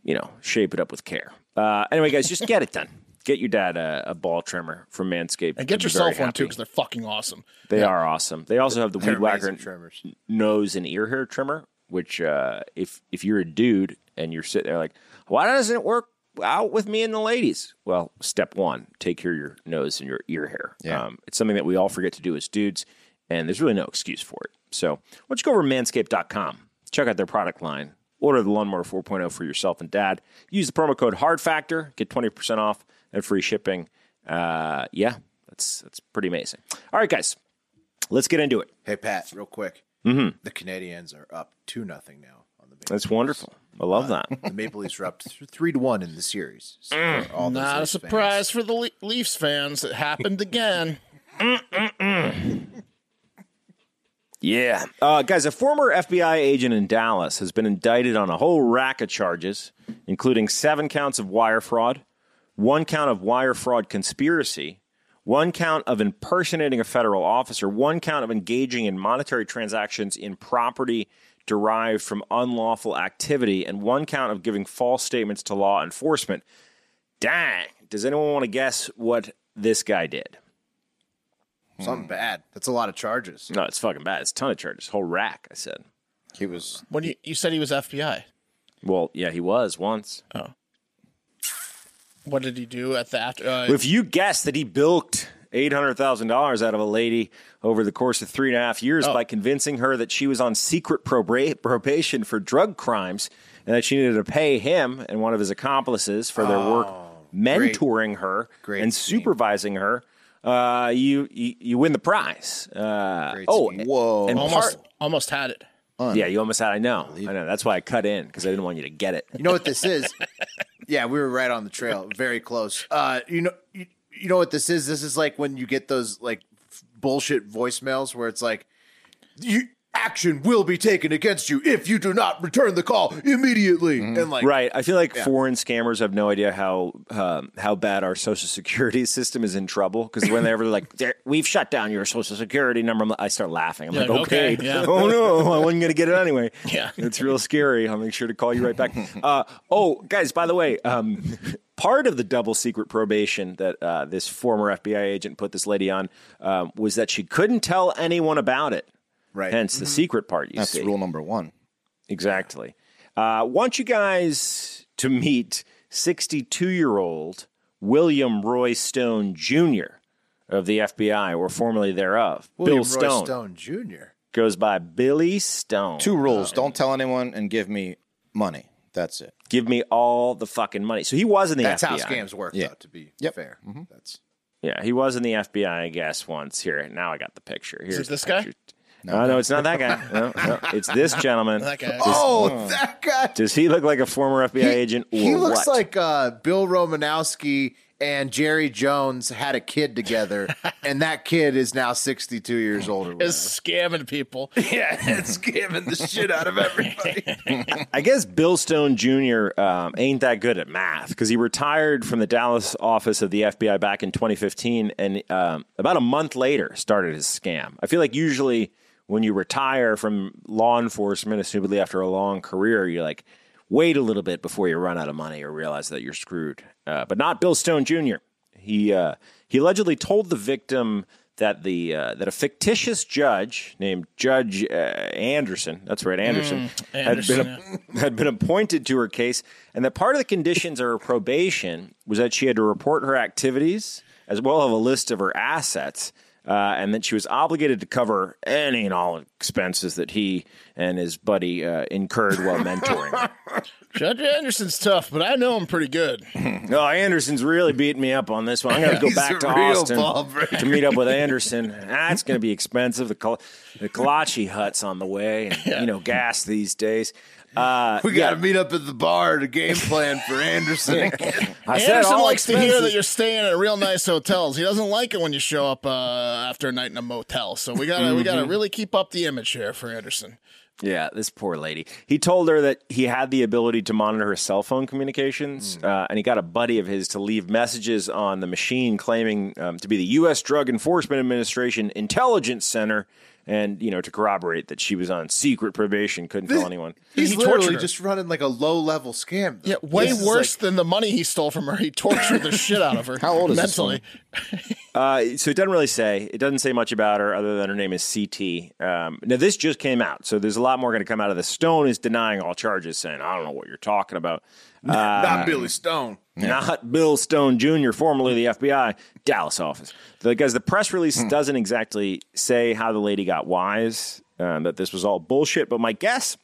[SPEAKER 4] you know, shape it up with care. Uh, anyway, guys, just get it done. Get your dad a, a ball trimmer from Manscaped.
[SPEAKER 3] And get
[SPEAKER 4] He'll be
[SPEAKER 3] yourself
[SPEAKER 4] very
[SPEAKER 3] one too,
[SPEAKER 4] happy.
[SPEAKER 3] because they're fucking awesome.
[SPEAKER 4] They are awesome. They also have the
[SPEAKER 1] They're
[SPEAKER 4] weed whacker
[SPEAKER 1] amazing
[SPEAKER 4] and
[SPEAKER 1] trimmers.
[SPEAKER 4] nose and ear hair trimmer, which uh, if if you're a dude and you're sitting there like, why doesn't it work out with me and the ladies? Well, step one, take care of your nose and your ear hair.
[SPEAKER 2] Yeah.
[SPEAKER 4] Um, it's something that we all forget to do as dudes, and there's really no excuse for it. So why don't you go over to manscaped.com, check out their product line, order the lawnmower 4.0 for yourself and dad. Use the promo code HARDFACTOR, get 20% off and free shipping. Uh, yeah, that's that's pretty amazing. All right, guys, let's get into it.
[SPEAKER 1] Hey Pat, real quick.
[SPEAKER 2] Mm-hmm.
[SPEAKER 1] The Canadians are up two nothing now on the Maple.
[SPEAKER 4] That's wonderful. I love that.
[SPEAKER 1] the Maple Leafs are up th- three to one in the series. So for all those
[SPEAKER 3] Mm. Not a
[SPEAKER 1] Leafs fans.
[SPEAKER 3] surprise for the Le- Leafs fans. It happened again.
[SPEAKER 4] Yeah. Uh, guys, a former FBI agent in Dallas has been indicted on a whole rack of charges, including seven counts of wire fraud, one count of wire fraud conspiracy, one count of impersonating a federal officer, one count of engaging in monetary transactions in property derived from unlawful activity, and one count of giving false statements to law enforcement. Dang. Does anyone want to guess what this guy did?
[SPEAKER 1] Something bad. That's a lot of charges.
[SPEAKER 4] No, it's fucking bad. It's a ton of charges. Whole rack, I said.
[SPEAKER 2] He was
[SPEAKER 3] When you, you said he was FBI,
[SPEAKER 4] Well, yeah, he was once.
[SPEAKER 3] what did he do at the after? Uh,
[SPEAKER 4] If you guess that he bilked eight hundred thousand dollars out of a lady over the course of three and a half years by convincing her that she was on secret proba- probation for drug crimes and that she needed to pay him and one of his accomplices for their work mentoring her
[SPEAKER 1] Great
[SPEAKER 4] and
[SPEAKER 1] scheme.
[SPEAKER 4] supervising her, uh, you, you you win the prize. Uh, oh,
[SPEAKER 2] whoa.
[SPEAKER 4] and
[SPEAKER 3] almost almost had it.
[SPEAKER 4] part, yeah, you almost had. I know, I know. That's why I cut in because I didn't want you to get it.
[SPEAKER 1] You know what this is? <laughs> yeah, we were right on the trail, very close. Uh, you know, you, you know what this is? This is like when you get those like f- bullshit voicemails where it's like, you action will be taken against you if you do not return the call immediately, and like
[SPEAKER 4] Right. I feel like foreign scammers have no idea how um, how bad our social security <laughs> system is in trouble because whenever they're like, "There- "We've shut down your social security number," I'm like- I start laughing. I'm like,
[SPEAKER 3] like,
[SPEAKER 4] "Okay,
[SPEAKER 3] okay, yeah."
[SPEAKER 4] <laughs> oh no, I wasn't gonna get it anyway."
[SPEAKER 3] Yeah.
[SPEAKER 4] it's real scary. I'll make sure to call you right back. Uh, oh, guys, by the way, um, part of the double secret probation that uh, this former FBI agent put this lady on um, was that she couldn't tell anyone about it.
[SPEAKER 1] Right.
[SPEAKER 4] Hence the secret part. You
[SPEAKER 2] that's
[SPEAKER 4] see.
[SPEAKER 2] rule number one.
[SPEAKER 4] Exactly. Uh, want you guys to meet 62 year old William Roy Stone Jr. of the FBI, or formerly thereof.
[SPEAKER 1] William
[SPEAKER 4] Bill
[SPEAKER 1] Roy
[SPEAKER 4] Stone,
[SPEAKER 1] Stone Jr.
[SPEAKER 4] goes by Billy Stone.
[SPEAKER 2] Two rules: don't tell anyone, and give me money. That's it.
[SPEAKER 4] Give me all the fucking money. So he was in the
[SPEAKER 1] That's
[SPEAKER 4] FBI.
[SPEAKER 1] how scams work,
[SPEAKER 2] Yeah.
[SPEAKER 1] though. To be
[SPEAKER 2] Yep.
[SPEAKER 1] fair, that's
[SPEAKER 4] Yeah, he was in the FBI, I guess, once. Here, now I got the picture. Here's
[SPEAKER 3] it this
[SPEAKER 4] the
[SPEAKER 3] guy?
[SPEAKER 4] picture. Uh, No, no, it's not that guy. No, no, it's this gentleman.
[SPEAKER 3] That guy.
[SPEAKER 1] oh, that guy.
[SPEAKER 4] Does he look like a former FBI agent? Or
[SPEAKER 1] He looks
[SPEAKER 4] what?
[SPEAKER 1] like uh, Bill Romanowski and Jerry Jones had a kid
[SPEAKER 3] <laughs>
[SPEAKER 1] together, and that kid is now 62 years old. Or
[SPEAKER 3] is scamming people.
[SPEAKER 1] <laughs> yeah, it's scamming the shit out of everybody.
[SPEAKER 4] I guess Bill Stone Jr. Um, ain't that good at math because he retired from the Dallas office of the FBI back in 2015, and um, about a month later started his scam. I feel like usually when you retire from law enforcement, assumedly after a long career, you're like wait a little bit before you run out of money or realize that you're screwed. Uh, but not Bill Stone Jr. He uh, he allegedly told the victim that the uh, that a fictitious judge named Judge uh, Anderson, that's right,
[SPEAKER 1] Mm,
[SPEAKER 4] Anderson,
[SPEAKER 3] Anderson,
[SPEAKER 4] had been <laughs> had been appointed to her case, and that part of the conditions of her probation was that she had to report her activities as well as a list of her assets. Uh, and that she was obligated to cover any and all expenses that he and his buddy uh, incurred while mentoring.
[SPEAKER 1] <laughs>
[SPEAKER 4] her.
[SPEAKER 3] Judge Anderson's tough, but I know him pretty good.
[SPEAKER 4] No, Oh, Anderson's really beating me up on this one. I'm going to go
[SPEAKER 1] He's
[SPEAKER 4] back
[SPEAKER 1] a
[SPEAKER 4] to
[SPEAKER 1] real
[SPEAKER 4] Austin
[SPEAKER 1] ball breaker.
[SPEAKER 4] to meet up with Anderson. That's going to be expensive. The Kal- the kolache hut's on the way, and you know, gas these days. Uh,
[SPEAKER 1] We got to
[SPEAKER 4] yeah,
[SPEAKER 1] meet up at the bar to game plan
[SPEAKER 4] <laughs>
[SPEAKER 1] for Anderson. again.
[SPEAKER 4] I said
[SPEAKER 3] Anderson
[SPEAKER 4] all
[SPEAKER 3] likes to hear
[SPEAKER 4] expenses.
[SPEAKER 3] that you're staying at real nice hotels. He doesn't like it when you show up uh, after a night in a motel. So we gotta we gotta really keep up the image here for Anderson.
[SPEAKER 4] Yeah, this poor lady. He told her that he had the ability to monitor her cell phone communications,
[SPEAKER 3] Hmm.
[SPEAKER 4] uh, and he got a buddy of his to leave messages on the machine claiming um, to be the U.S. Drug Enforcement Administration Intelligence Center, and you know to corroborate that she was on secret probation, couldn't tell anyone.
[SPEAKER 1] He's
[SPEAKER 3] He tortured
[SPEAKER 1] literally
[SPEAKER 3] her.
[SPEAKER 1] just running like a low level scam. though.
[SPEAKER 3] Yeah, way
[SPEAKER 1] This is
[SPEAKER 3] worse
[SPEAKER 1] like-
[SPEAKER 3] than the money he stole from her. He tortured the shit out of her. <laughs>
[SPEAKER 2] How old is this
[SPEAKER 3] mentally?
[SPEAKER 4] Uh, so it doesn't really say. It doesn't say much about her other than her name is CT. Um, now this just came out, so there's a lot more going to come out of this. Stone is denying all charges, saying, "I don't know what you're talking about." Uh,
[SPEAKER 1] not Billy Stone.
[SPEAKER 4] Not Bill Stone Jr., formerly the FBI Dallas office. Because the press release doesn't exactly say how the lady got wise, um, that this was all bullshit. But my guess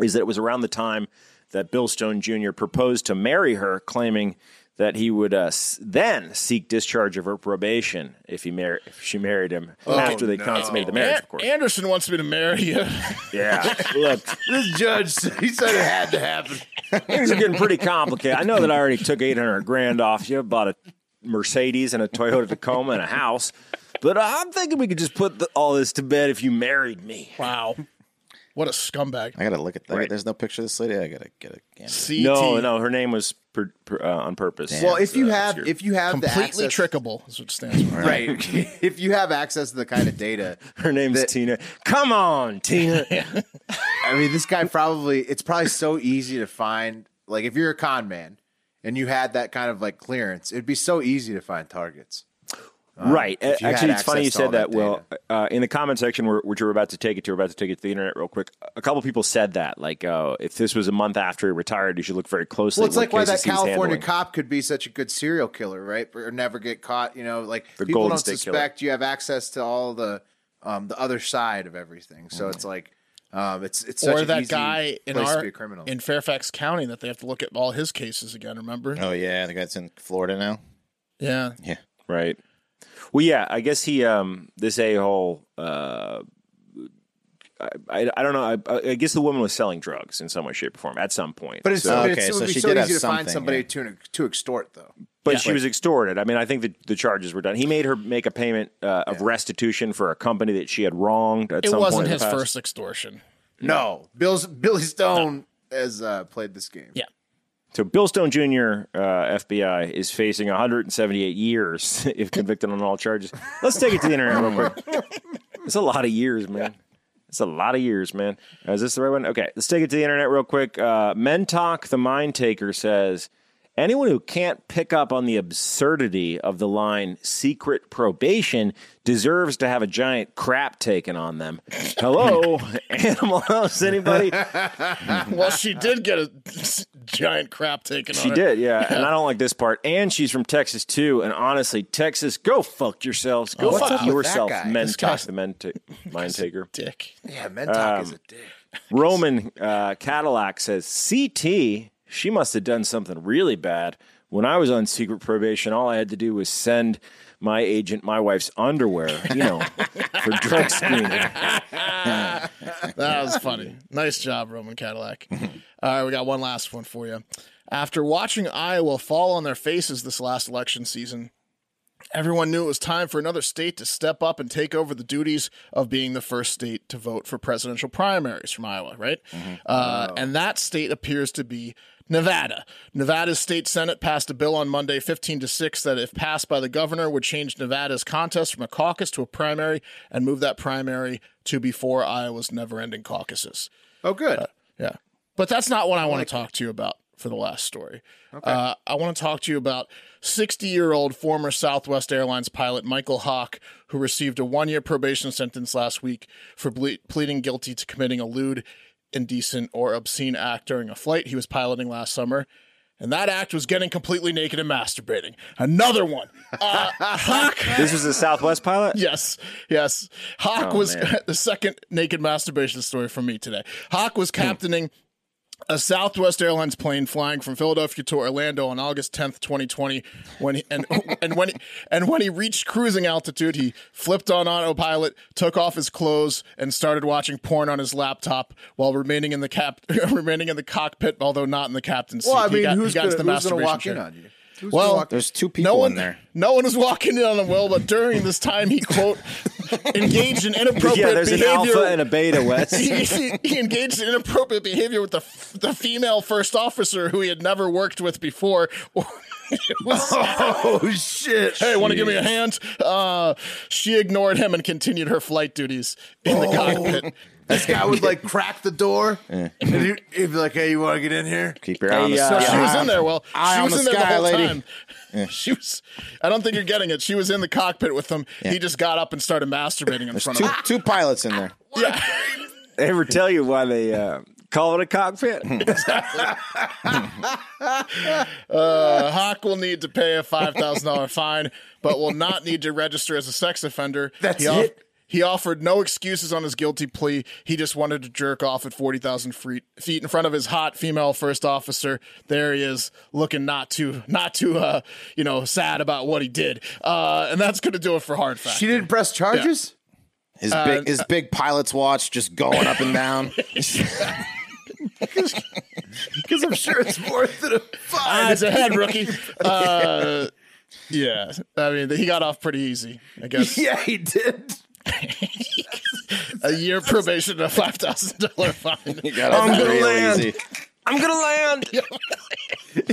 [SPEAKER 4] is that it was around the time that Bill Stone Jr. proposed to marry her, claiming that he would uh, s- then seek discharge of her probation if he mar- if she married him after they
[SPEAKER 1] no.
[SPEAKER 4] consummated the marriage. Of
[SPEAKER 3] An-
[SPEAKER 4] course,
[SPEAKER 3] <laughs> Anderson wants me to marry you. <laughs>
[SPEAKER 4] yeah. Look,
[SPEAKER 1] This judge, said- he said it had to happen.
[SPEAKER 4] things are getting pretty complicated. I know that I already took eight hundred grand off you, bought a Mercedes and a Toyota Tacoma and a house, but I'm thinking we could just put the, all this to bed if you married me.
[SPEAKER 3] wow, what a scumbag. E
[SPEAKER 2] I gotta look at that. There's no picture of this lady. I gotta get a gander.
[SPEAKER 3] CT,
[SPEAKER 4] No, no, her name was per, per, uh, on purpose.
[SPEAKER 1] E Well, if you
[SPEAKER 4] Uh,
[SPEAKER 1] have,
[SPEAKER 4] obscure.
[SPEAKER 1] if you have the
[SPEAKER 3] completely
[SPEAKER 1] access-
[SPEAKER 3] trickable is what it stands for.
[SPEAKER 1] right? <laughs>
[SPEAKER 3] <laughs>
[SPEAKER 1] if you have access to the kind of data
[SPEAKER 4] her name's Tina, come
[SPEAKER 1] <laughs>
[SPEAKER 4] on, Tina.
[SPEAKER 1] I mean, this guy probably, it's probably so easy to find. Like, if you're a con man and you had that kind of like clearance, it'd be so easy to find targets.
[SPEAKER 4] right.
[SPEAKER 1] if you had
[SPEAKER 4] Actually, it's funny
[SPEAKER 1] access
[SPEAKER 4] you
[SPEAKER 1] to all
[SPEAKER 4] said that.
[SPEAKER 1] that
[SPEAKER 4] Well, uh, in the comment section, where- which we're about to take it to, we're about to take it to the internet real quick. A couple people said that, like, uh, if this was a month after he retired, you should look very closely.
[SPEAKER 1] Well, it's
[SPEAKER 4] at
[SPEAKER 1] like why that
[SPEAKER 4] cases he's
[SPEAKER 1] California
[SPEAKER 4] handling.
[SPEAKER 1] cop could be such a good serial killer, right? Or never get caught. You know, like
[SPEAKER 4] The
[SPEAKER 1] people
[SPEAKER 4] Golden
[SPEAKER 1] don't
[SPEAKER 4] State Killer.
[SPEAKER 1] suspect you have access to all the um, the other side of everything.
[SPEAKER 2] Mm-hmm.
[SPEAKER 1] So it's like um, it's it's such
[SPEAKER 3] or
[SPEAKER 1] an
[SPEAKER 3] that
[SPEAKER 1] easy
[SPEAKER 3] guy in
[SPEAKER 1] place
[SPEAKER 3] our
[SPEAKER 1] to be a criminal.
[SPEAKER 3] in Fairfax County that they have to look at all his cases again. Remember?
[SPEAKER 2] Oh yeah, the guy that's in Florida now.
[SPEAKER 3] Yeah,
[SPEAKER 2] Yeah.
[SPEAKER 4] Right. Well, yeah, I guess he, um, this a hole, uh, I, I, I don't know. I, I guess the woman was selling drugs in some way, shape, or form at some point.
[SPEAKER 1] but it's,
[SPEAKER 2] So-
[SPEAKER 1] but
[SPEAKER 2] Okay,
[SPEAKER 1] it's it would
[SPEAKER 2] so
[SPEAKER 1] be
[SPEAKER 2] she
[SPEAKER 1] so
[SPEAKER 2] did have
[SPEAKER 1] easy to find
[SPEAKER 2] something,
[SPEAKER 1] somebody
[SPEAKER 2] yeah.
[SPEAKER 1] to to extort, though.
[SPEAKER 4] But she was extorted. I mean, I think the, the charges were done. He made her make a payment uh, of restitution for a company that she had wronged at
[SPEAKER 3] it
[SPEAKER 4] some point.
[SPEAKER 3] wasn't
[SPEAKER 4] in the
[SPEAKER 3] his
[SPEAKER 4] past.
[SPEAKER 3] first extortion.
[SPEAKER 1] No, Bill's Billy
[SPEAKER 2] <laughs>
[SPEAKER 1] Stone has uh, played this game.
[SPEAKER 3] Yeah.
[SPEAKER 4] So Bill Stone Jr., uh, FBI, is facing 178 years <laughs> if convicted on all charges. Let's take it to the internet real quick. It's a lot of years, man. It's a lot of years, man. Uh, Is this the right one? Okay, let's take it to the internet real quick. Uh, Mentalk, the mind taker, says anyone who can't pick up on the absurdity of the line secret probation deserves to have a giant crap taken on them. Hello, <laughs> Animal House, anybody?
[SPEAKER 3] Well, she did get a <laughs> giant crap taken. on
[SPEAKER 4] She
[SPEAKER 3] her.
[SPEAKER 4] did, yeah. And I don't like this part. And she's from Texas too. And honestly, Texas, go fuck yourselves. Go
[SPEAKER 1] what's up
[SPEAKER 4] fuck
[SPEAKER 1] with that
[SPEAKER 4] yourself,
[SPEAKER 1] guy?
[SPEAKER 4] men.
[SPEAKER 3] This
[SPEAKER 4] Talk
[SPEAKER 3] guy's-
[SPEAKER 4] the men ta- mind taker.
[SPEAKER 3] Dick.
[SPEAKER 1] Yeah,
[SPEAKER 2] Uh,
[SPEAKER 1] Mentok is a dick.
[SPEAKER 4] Roman uh, Cadillac says, "CT, she must have done something really bad. When I was on secret probation, all I had to do was send my agent my wife's underwear, you know, for drug screening."
[SPEAKER 3] That was funny. Nice job,
[SPEAKER 1] <laughs>
[SPEAKER 3] Roman Cadillac. All right, we got one last one for you. After watching Iowa fall on their faces this last election season, everyone knew it was time for another state to step up and take over the duties of being the first state to vote for presidential primaries from Iowa, right? Uh, And that state appears to be Nevada. Nevada's state senate passed a bill on Monday, 15 to 6, that if passed by the governor, would change Nevada's contest from a caucus to a primary and move that primary to before Iowa's never ending caucuses.
[SPEAKER 1] Oh,
[SPEAKER 3] uh,
[SPEAKER 1] good.
[SPEAKER 3] Yeah. But that's not what I want to talk to you about for the last story. Uh, I want to talk to you about 60 year old former Southwest Airlines pilot Michael Hawk, who received a one year probation sentence last week for ble- pleading guilty to committing a lewd, indecent, or obscene act during a flight he was piloting last summer. And that act was getting completely naked and masturbating. Another one. Uh, Hawk
[SPEAKER 4] This was a Southwest pilot.
[SPEAKER 3] <laughs> Yes, yes. Hawk
[SPEAKER 4] Oh,
[SPEAKER 3] was
[SPEAKER 4] man.
[SPEAKER 3] <laughs> the second naked masturbation story from me today. Hawk
[SPEAKER 1] Hmm.
[SPEAKER 3] was captaining a Southwest Airlines plane flying from Philadelphia to Orlando on August 10th, 2020, when he,
[SPEAKER 1] <laughs>
[SPEAKER 3] and and when he, and when he reached cruising altitude, he flipped on autopilot, took off his clothes, and started watching porn on his laptop while remaining in the cap <laughs> remaining in the cockpit, although not in the captain's seat.
[SPEAKER 1] Well, I
[SPEAKER 3] He
[SPEAKER 1] mean,
[SPEAKER 3] got- he
[SPEAKER 1] who's
[SPEAKER 3] got
[SPEAKER 1] going
[SPEAKER 3] the
[SPEAKER 1] to
[SPEAKER 3] masturbation
[SPEAKER 1] walk in
[SPEAKER 3] chair.
[SPEAKER 1] on you? Who's
[SPEAKER 3] Well,
[SPEAKER 1] gonna walk-
[SPEAKER 2] There's two people
[SPEAKER 3] No one,
[SPEAKER 2] in there.
[SPEAKER 3] no one was walking in on him, Will, but during this time, he, quote, engaged in inappropriate
[SPEAKER 4] Yeah, there's an
[SPEAKER 3] behavior.
[SPEAKER 4] alpha and a beta,
[SPEAKER 3] <laughs>
[SPEAKER 4] Wes.
[SPEAKER 3] he, he- he engaged in inappropriate behavior with the, f- the female first officer who he had never worked with before. <laughs> It was-
[SPEAKER 1] oh shit!
[SPEAKER 3] hey, want to give me a hand? Uh, she ignored him and continued her flight duties in the cockpit.
[SPEAKER 1] This guy would like crack the
[SPEAKER 4] <laughs>
[SPEAKER 1] door, and he'd, he'd be like, "Hey, you want to get in here?"
[SPEAKER 2] Keep your eye on the
[SPEAKER 4] Hey, uh,
[SPEAKER 2] sky.
[SPEAKER 3] she was in there. Well,
[SPEAKER 2] eye
[SPEAKER 3] she
[SPEAKER 2] on
[SPEAKER 3] was
[SPEAKER 2] the
[SPEAKER 3] in there the
[SPEAKER 2] sky,
[SPEAKER 3] whole
[SPEAKER 2] lady.
[SPEAKER 3] time. <laughs> She was. I don't think you're getting it. She was in the cockpit with him. He just got up and started masturbating in front
[SPEAKER 2] Two
[SPEAKER 3] of her.
[SPEAKER 2] two pilots in there.
[SPEAKER 3] Yeah.
[SPEAKER 4] They ever tell you why they uh, call it a cockpit?
[SPEAKER 3] <laughs> Uh, Hawk will need to pay a five
[SPEAKER 1] <laughs>
[SPEAKER 3] thousand dollar fine, but will not need to register as a sex offender.
[SPEAKER 1] That's
[SPEAKER 3] he off-
[SPEAKER 1] it?
[SPEAKER 3] He offered no excuses on his guilty plea. He just wanted to jerk off at forty thousand feet feet in front of his hot female first officer. There he is, looking not too not too uh you know sad about what he did. Uh, and that's gonna do it for hard fact.
[SPEAKER 1] She didn't press charges.
[SPEAKER 2] His
[SPEAKER 3] Uh,
[SPEAKER 2] big his big pilot's watch just going up and <laughs> down.
[SPEAKER 1] Because I'm sure it's more than a
[SPEAKER 4] <laughs>
[SPEAKER 1] five.
[SPEAKER 3] Eyes ahead,
[SPEAKER 1] <laughs>
[SPEAKER 3] rookie. Uh, yeah, I mean he got off pretty easy. I guess
[SPEAKER 1] Yeah, <laughs> he did.
[SPEAKER 3] a year probation and a five thousand
[SPEAKER 1] <laughs>
[SPEAKER 3] dollar fine.
[SPEAKER 2] You got off
[SPEAKER 4] gonna
[SPEAKER 2] real
[SPEAKER 4] land.
[SPEAKER 2] easy.
[SPEAKER 4] I'm gonna land.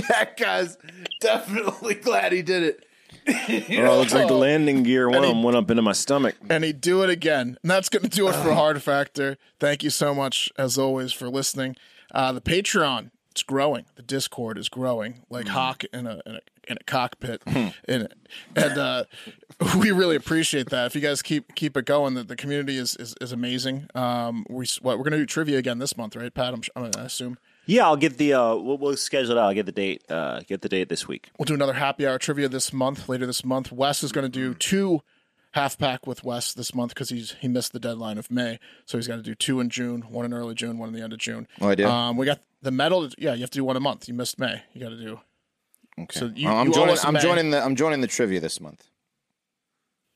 [SPEAKER 1] That guy's definitely glad he did it.
[SPEAKER 4] Oh, it looks like the landing gear one of them went up into my stomach.
[SPEAKER 3] and he'd do it again. And that's going to do it for Hard Factor. Thank you so much, as always, for listening. Uh, the Patreon it's growing. The discord is growing like hawk in a in a, in a cockpit, and and uh, <laughs> we really appreciate that. If you guys keep keep it going, the, the community is is, is amazing. Um, we s- what we're gonna do trivia again this month, right, Pat? I'm, sh- I assume
[SPEAKER 4] Yeah, I'll get the uh, we'll, we'll schedule it out. I'll get the date. Uh, get the date this week.
[SPEAKER 3] we'll do another happy hour trivia this month. Later this month, Wes is gonna
[SPEAKER 2] Mm-hmm.
[SPEAKER 3] do two half pack with Wes this month because he's he missed the deadline of May, so he's got to do two in June, one in early June, one in the end of June.
[SPEAKER 2] Oh, I do?
[SPEAKER 3] Um, we got the medal. Yeah, you have to do one a month. You missed May. You got to do.
[SPEAKER 2] Okay.
[SPEAKER 3] So you-
[SPEAKER 2] Oh, I'm
[SPEAKER 3] you owe
[SPEAKER 2] joining.
[SPEAKER 3] us a
[SPEAKER 2] I'm
[SPEAKER 3] May.
[SPEAKER 2] joining the. I'm joining the trivia this month.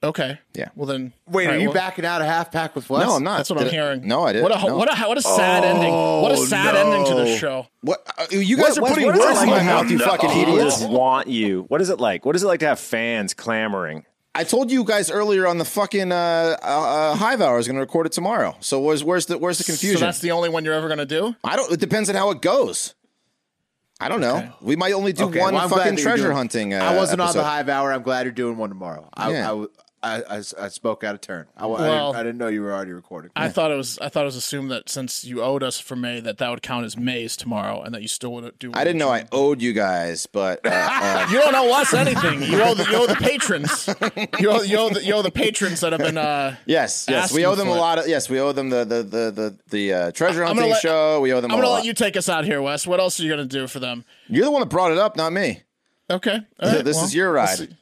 [SPEAKER 3] Okay.
[SPEAKER 2] Yeah.
[SPEAKER 3] Well then.
[SPEAKER 1] Wait,
[SPEAKER 3] all
[SPEAKER 1] are
[SPEAKER 3] right,
[SPEAKER 1] you
[SPEAKER 3] well,
[SPEAKER 1] backing out a half pack with Wes?
[SPEAKER 2] No, I'm not.
[SPEAKER 3] That's what I'm
[SPEAKER 2] Did I-
[SPEAKER 3] hearing.
[SPEAKER 2] No, I didn't.
[SPEAKER 3] What a
[SPEAKER 2] no.
[SPEAKER 3] what a what a
[SPEAKER 1] Oh,
[SPEAKER 3] sad ending. What a sad ending to the show.
[SPEAKER 2] What uh, you guys are putting
[SPEAKER 4] is it
[SPEAKER 2] words in my
[SPEAKER 4] like-
[SPEAKER 2] mouth, you
[SPEAKER 4] No,
[SPEAKER 2] fucking
[SPEAKER 3] <laughs>
[SPEAKER 4] people
[SPEAKER 2] idiots.
[SPEAKER 4] just want you. What is it like? What is it like to have fans clamoring?
[SPEAKER 2] I told you guys earlier on the fucking uh, uh, uh, Hive Hour I was going to record it tomorrow. So where's where's the where's the confusion?
[SPEAKER 3] So that's the only one you're ever gonna do.
[SPEAKER 2] I don't. It depends on how it goes. I don't know. We might only do
[SPEAKER 1] Okay,
[SPEAKER 2] one
[SPEAKER 1] well, I'm glad
[SPEAKER 2] fucking
[SPEAKER 1] that you're
[SPEAKER 2] treasure
[SPEAKER 1] doing-
[SPEAKER 2] hunting. Uh,
[SPEAKER 1] I wasn't on
[SPEAKER 2] episode.
[SPEAKER 1] the Hive Hour. I'm glad you're doing one tomorrow. I,
[SPEAKER 2] Yeah.
[SPEAKER 1] I, I, I, I spoke out of turn. I, I
[SPEAKER 3] Well-
[SPEAKER 1] didn't, I didn't know you were already recording.
[SPEAKER 3] I thought it was I thought it was assumed that since you owed us for May that that would count as May's tomorrow and that you still would do.
[SPEAKER 2] I didn't know I owed you guys, but
[SPEAKER 3] <laughs>
[SPEAKER 2] uh, uh,
[SPEAKER 3] You don't owe us anything. You owe the, you owe the patrons. You owe, you, owe the, you owe the patrons that have been. Uh,
[SPEAKER 2] yes, yes, we
[SPEAKER 3] Asking
[SPEAKER 2] owe them a
[SPEAKER 3] for it.
[SPEAKER 2] lot. Of, yes, we owe them the the the the, the uh, treasure
[SPEAKER 3] I'm gonna
[SPEAKER 2] hunting
[SPEAKER 3] let-
[SPEAKER 2] show. We owe them.
[SPEAKER 3] I'm
[SPEAKER 2] a
[SPEAKER 3] gonna
[SPEAKER 2] lot.
[SPEAKER 3] let you take us out here, Wes. What else are you gonna do for them?
[SPEAKER 2] You're the one that brought it up, not me.
[SPEAKER 3] Okay. all right,
[SPEAKER 2] this
[SPEAKER 3] well,
[SPEAKER 2] is your
[SPEAKER 3] let's
[SPEAKER 2] ride.
[SPEAKER 3] see.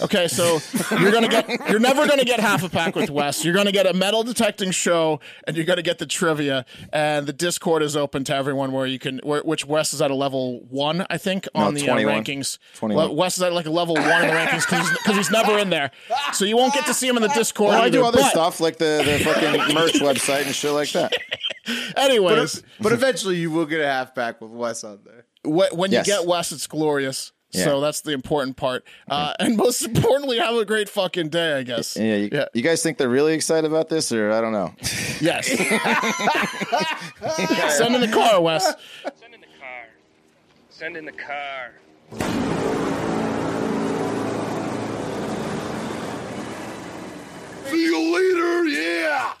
[SPEAKER 3] Okay, so you're gonna get you're never gonna get half a pack with Wes. You're gonna get a metal detecting show, and you're gonna get the trivia. And the Discord is open to everyone, where you can where, which Wes is at a level one, I think, on the uh,
[SPEAKER 2] 21.
[SPEAKER 3] rankings.
[SPEAKER 2] 21.
[SPEAKER 3] Le- Wes is at like a level one in the rankings because he's, 'cause he's never in there, so you won't get to see him in the Discord.
[SPEAKER 2] Well, I do
[SPEAKER 3] either,
[SPEAKER 2] other
[SPEAKER 3] but
[SPEAKER 2] stuff like the,
[SPEAKER 3] <laughs>
[SPEAKER 2] the fucking merch website and shit like that.
[SPEAKER 3] <laughs>
[SPEAKER 1] but,
[SPEAKER 3] Anyways,
[SPEAKER 1] but eventually you will get a half pack with Wes on there.
[SPEAKER 3] wh- when
[SPEAKER 2] Yes.
[SPEAKER 3] you get Wes, it's glorious.
[SPEAKER 2] Yeah.
[SPEAKER 3] So that's the important part, uh, and most importantly, have a great fucking day. I guess.
[SPEAKER 2] Yeah you,
[SPEAKER 3] Yeah.
[SPEAKER 2] you guys think they're really excited about this, or I don't know. <laughs>
[SPEAKER 3] Yes. <laughs> Send in the car, Wes.
[SPEAKER 5] Send in the car. Send in the car.
[SPEAKER 6] See you later, yeah!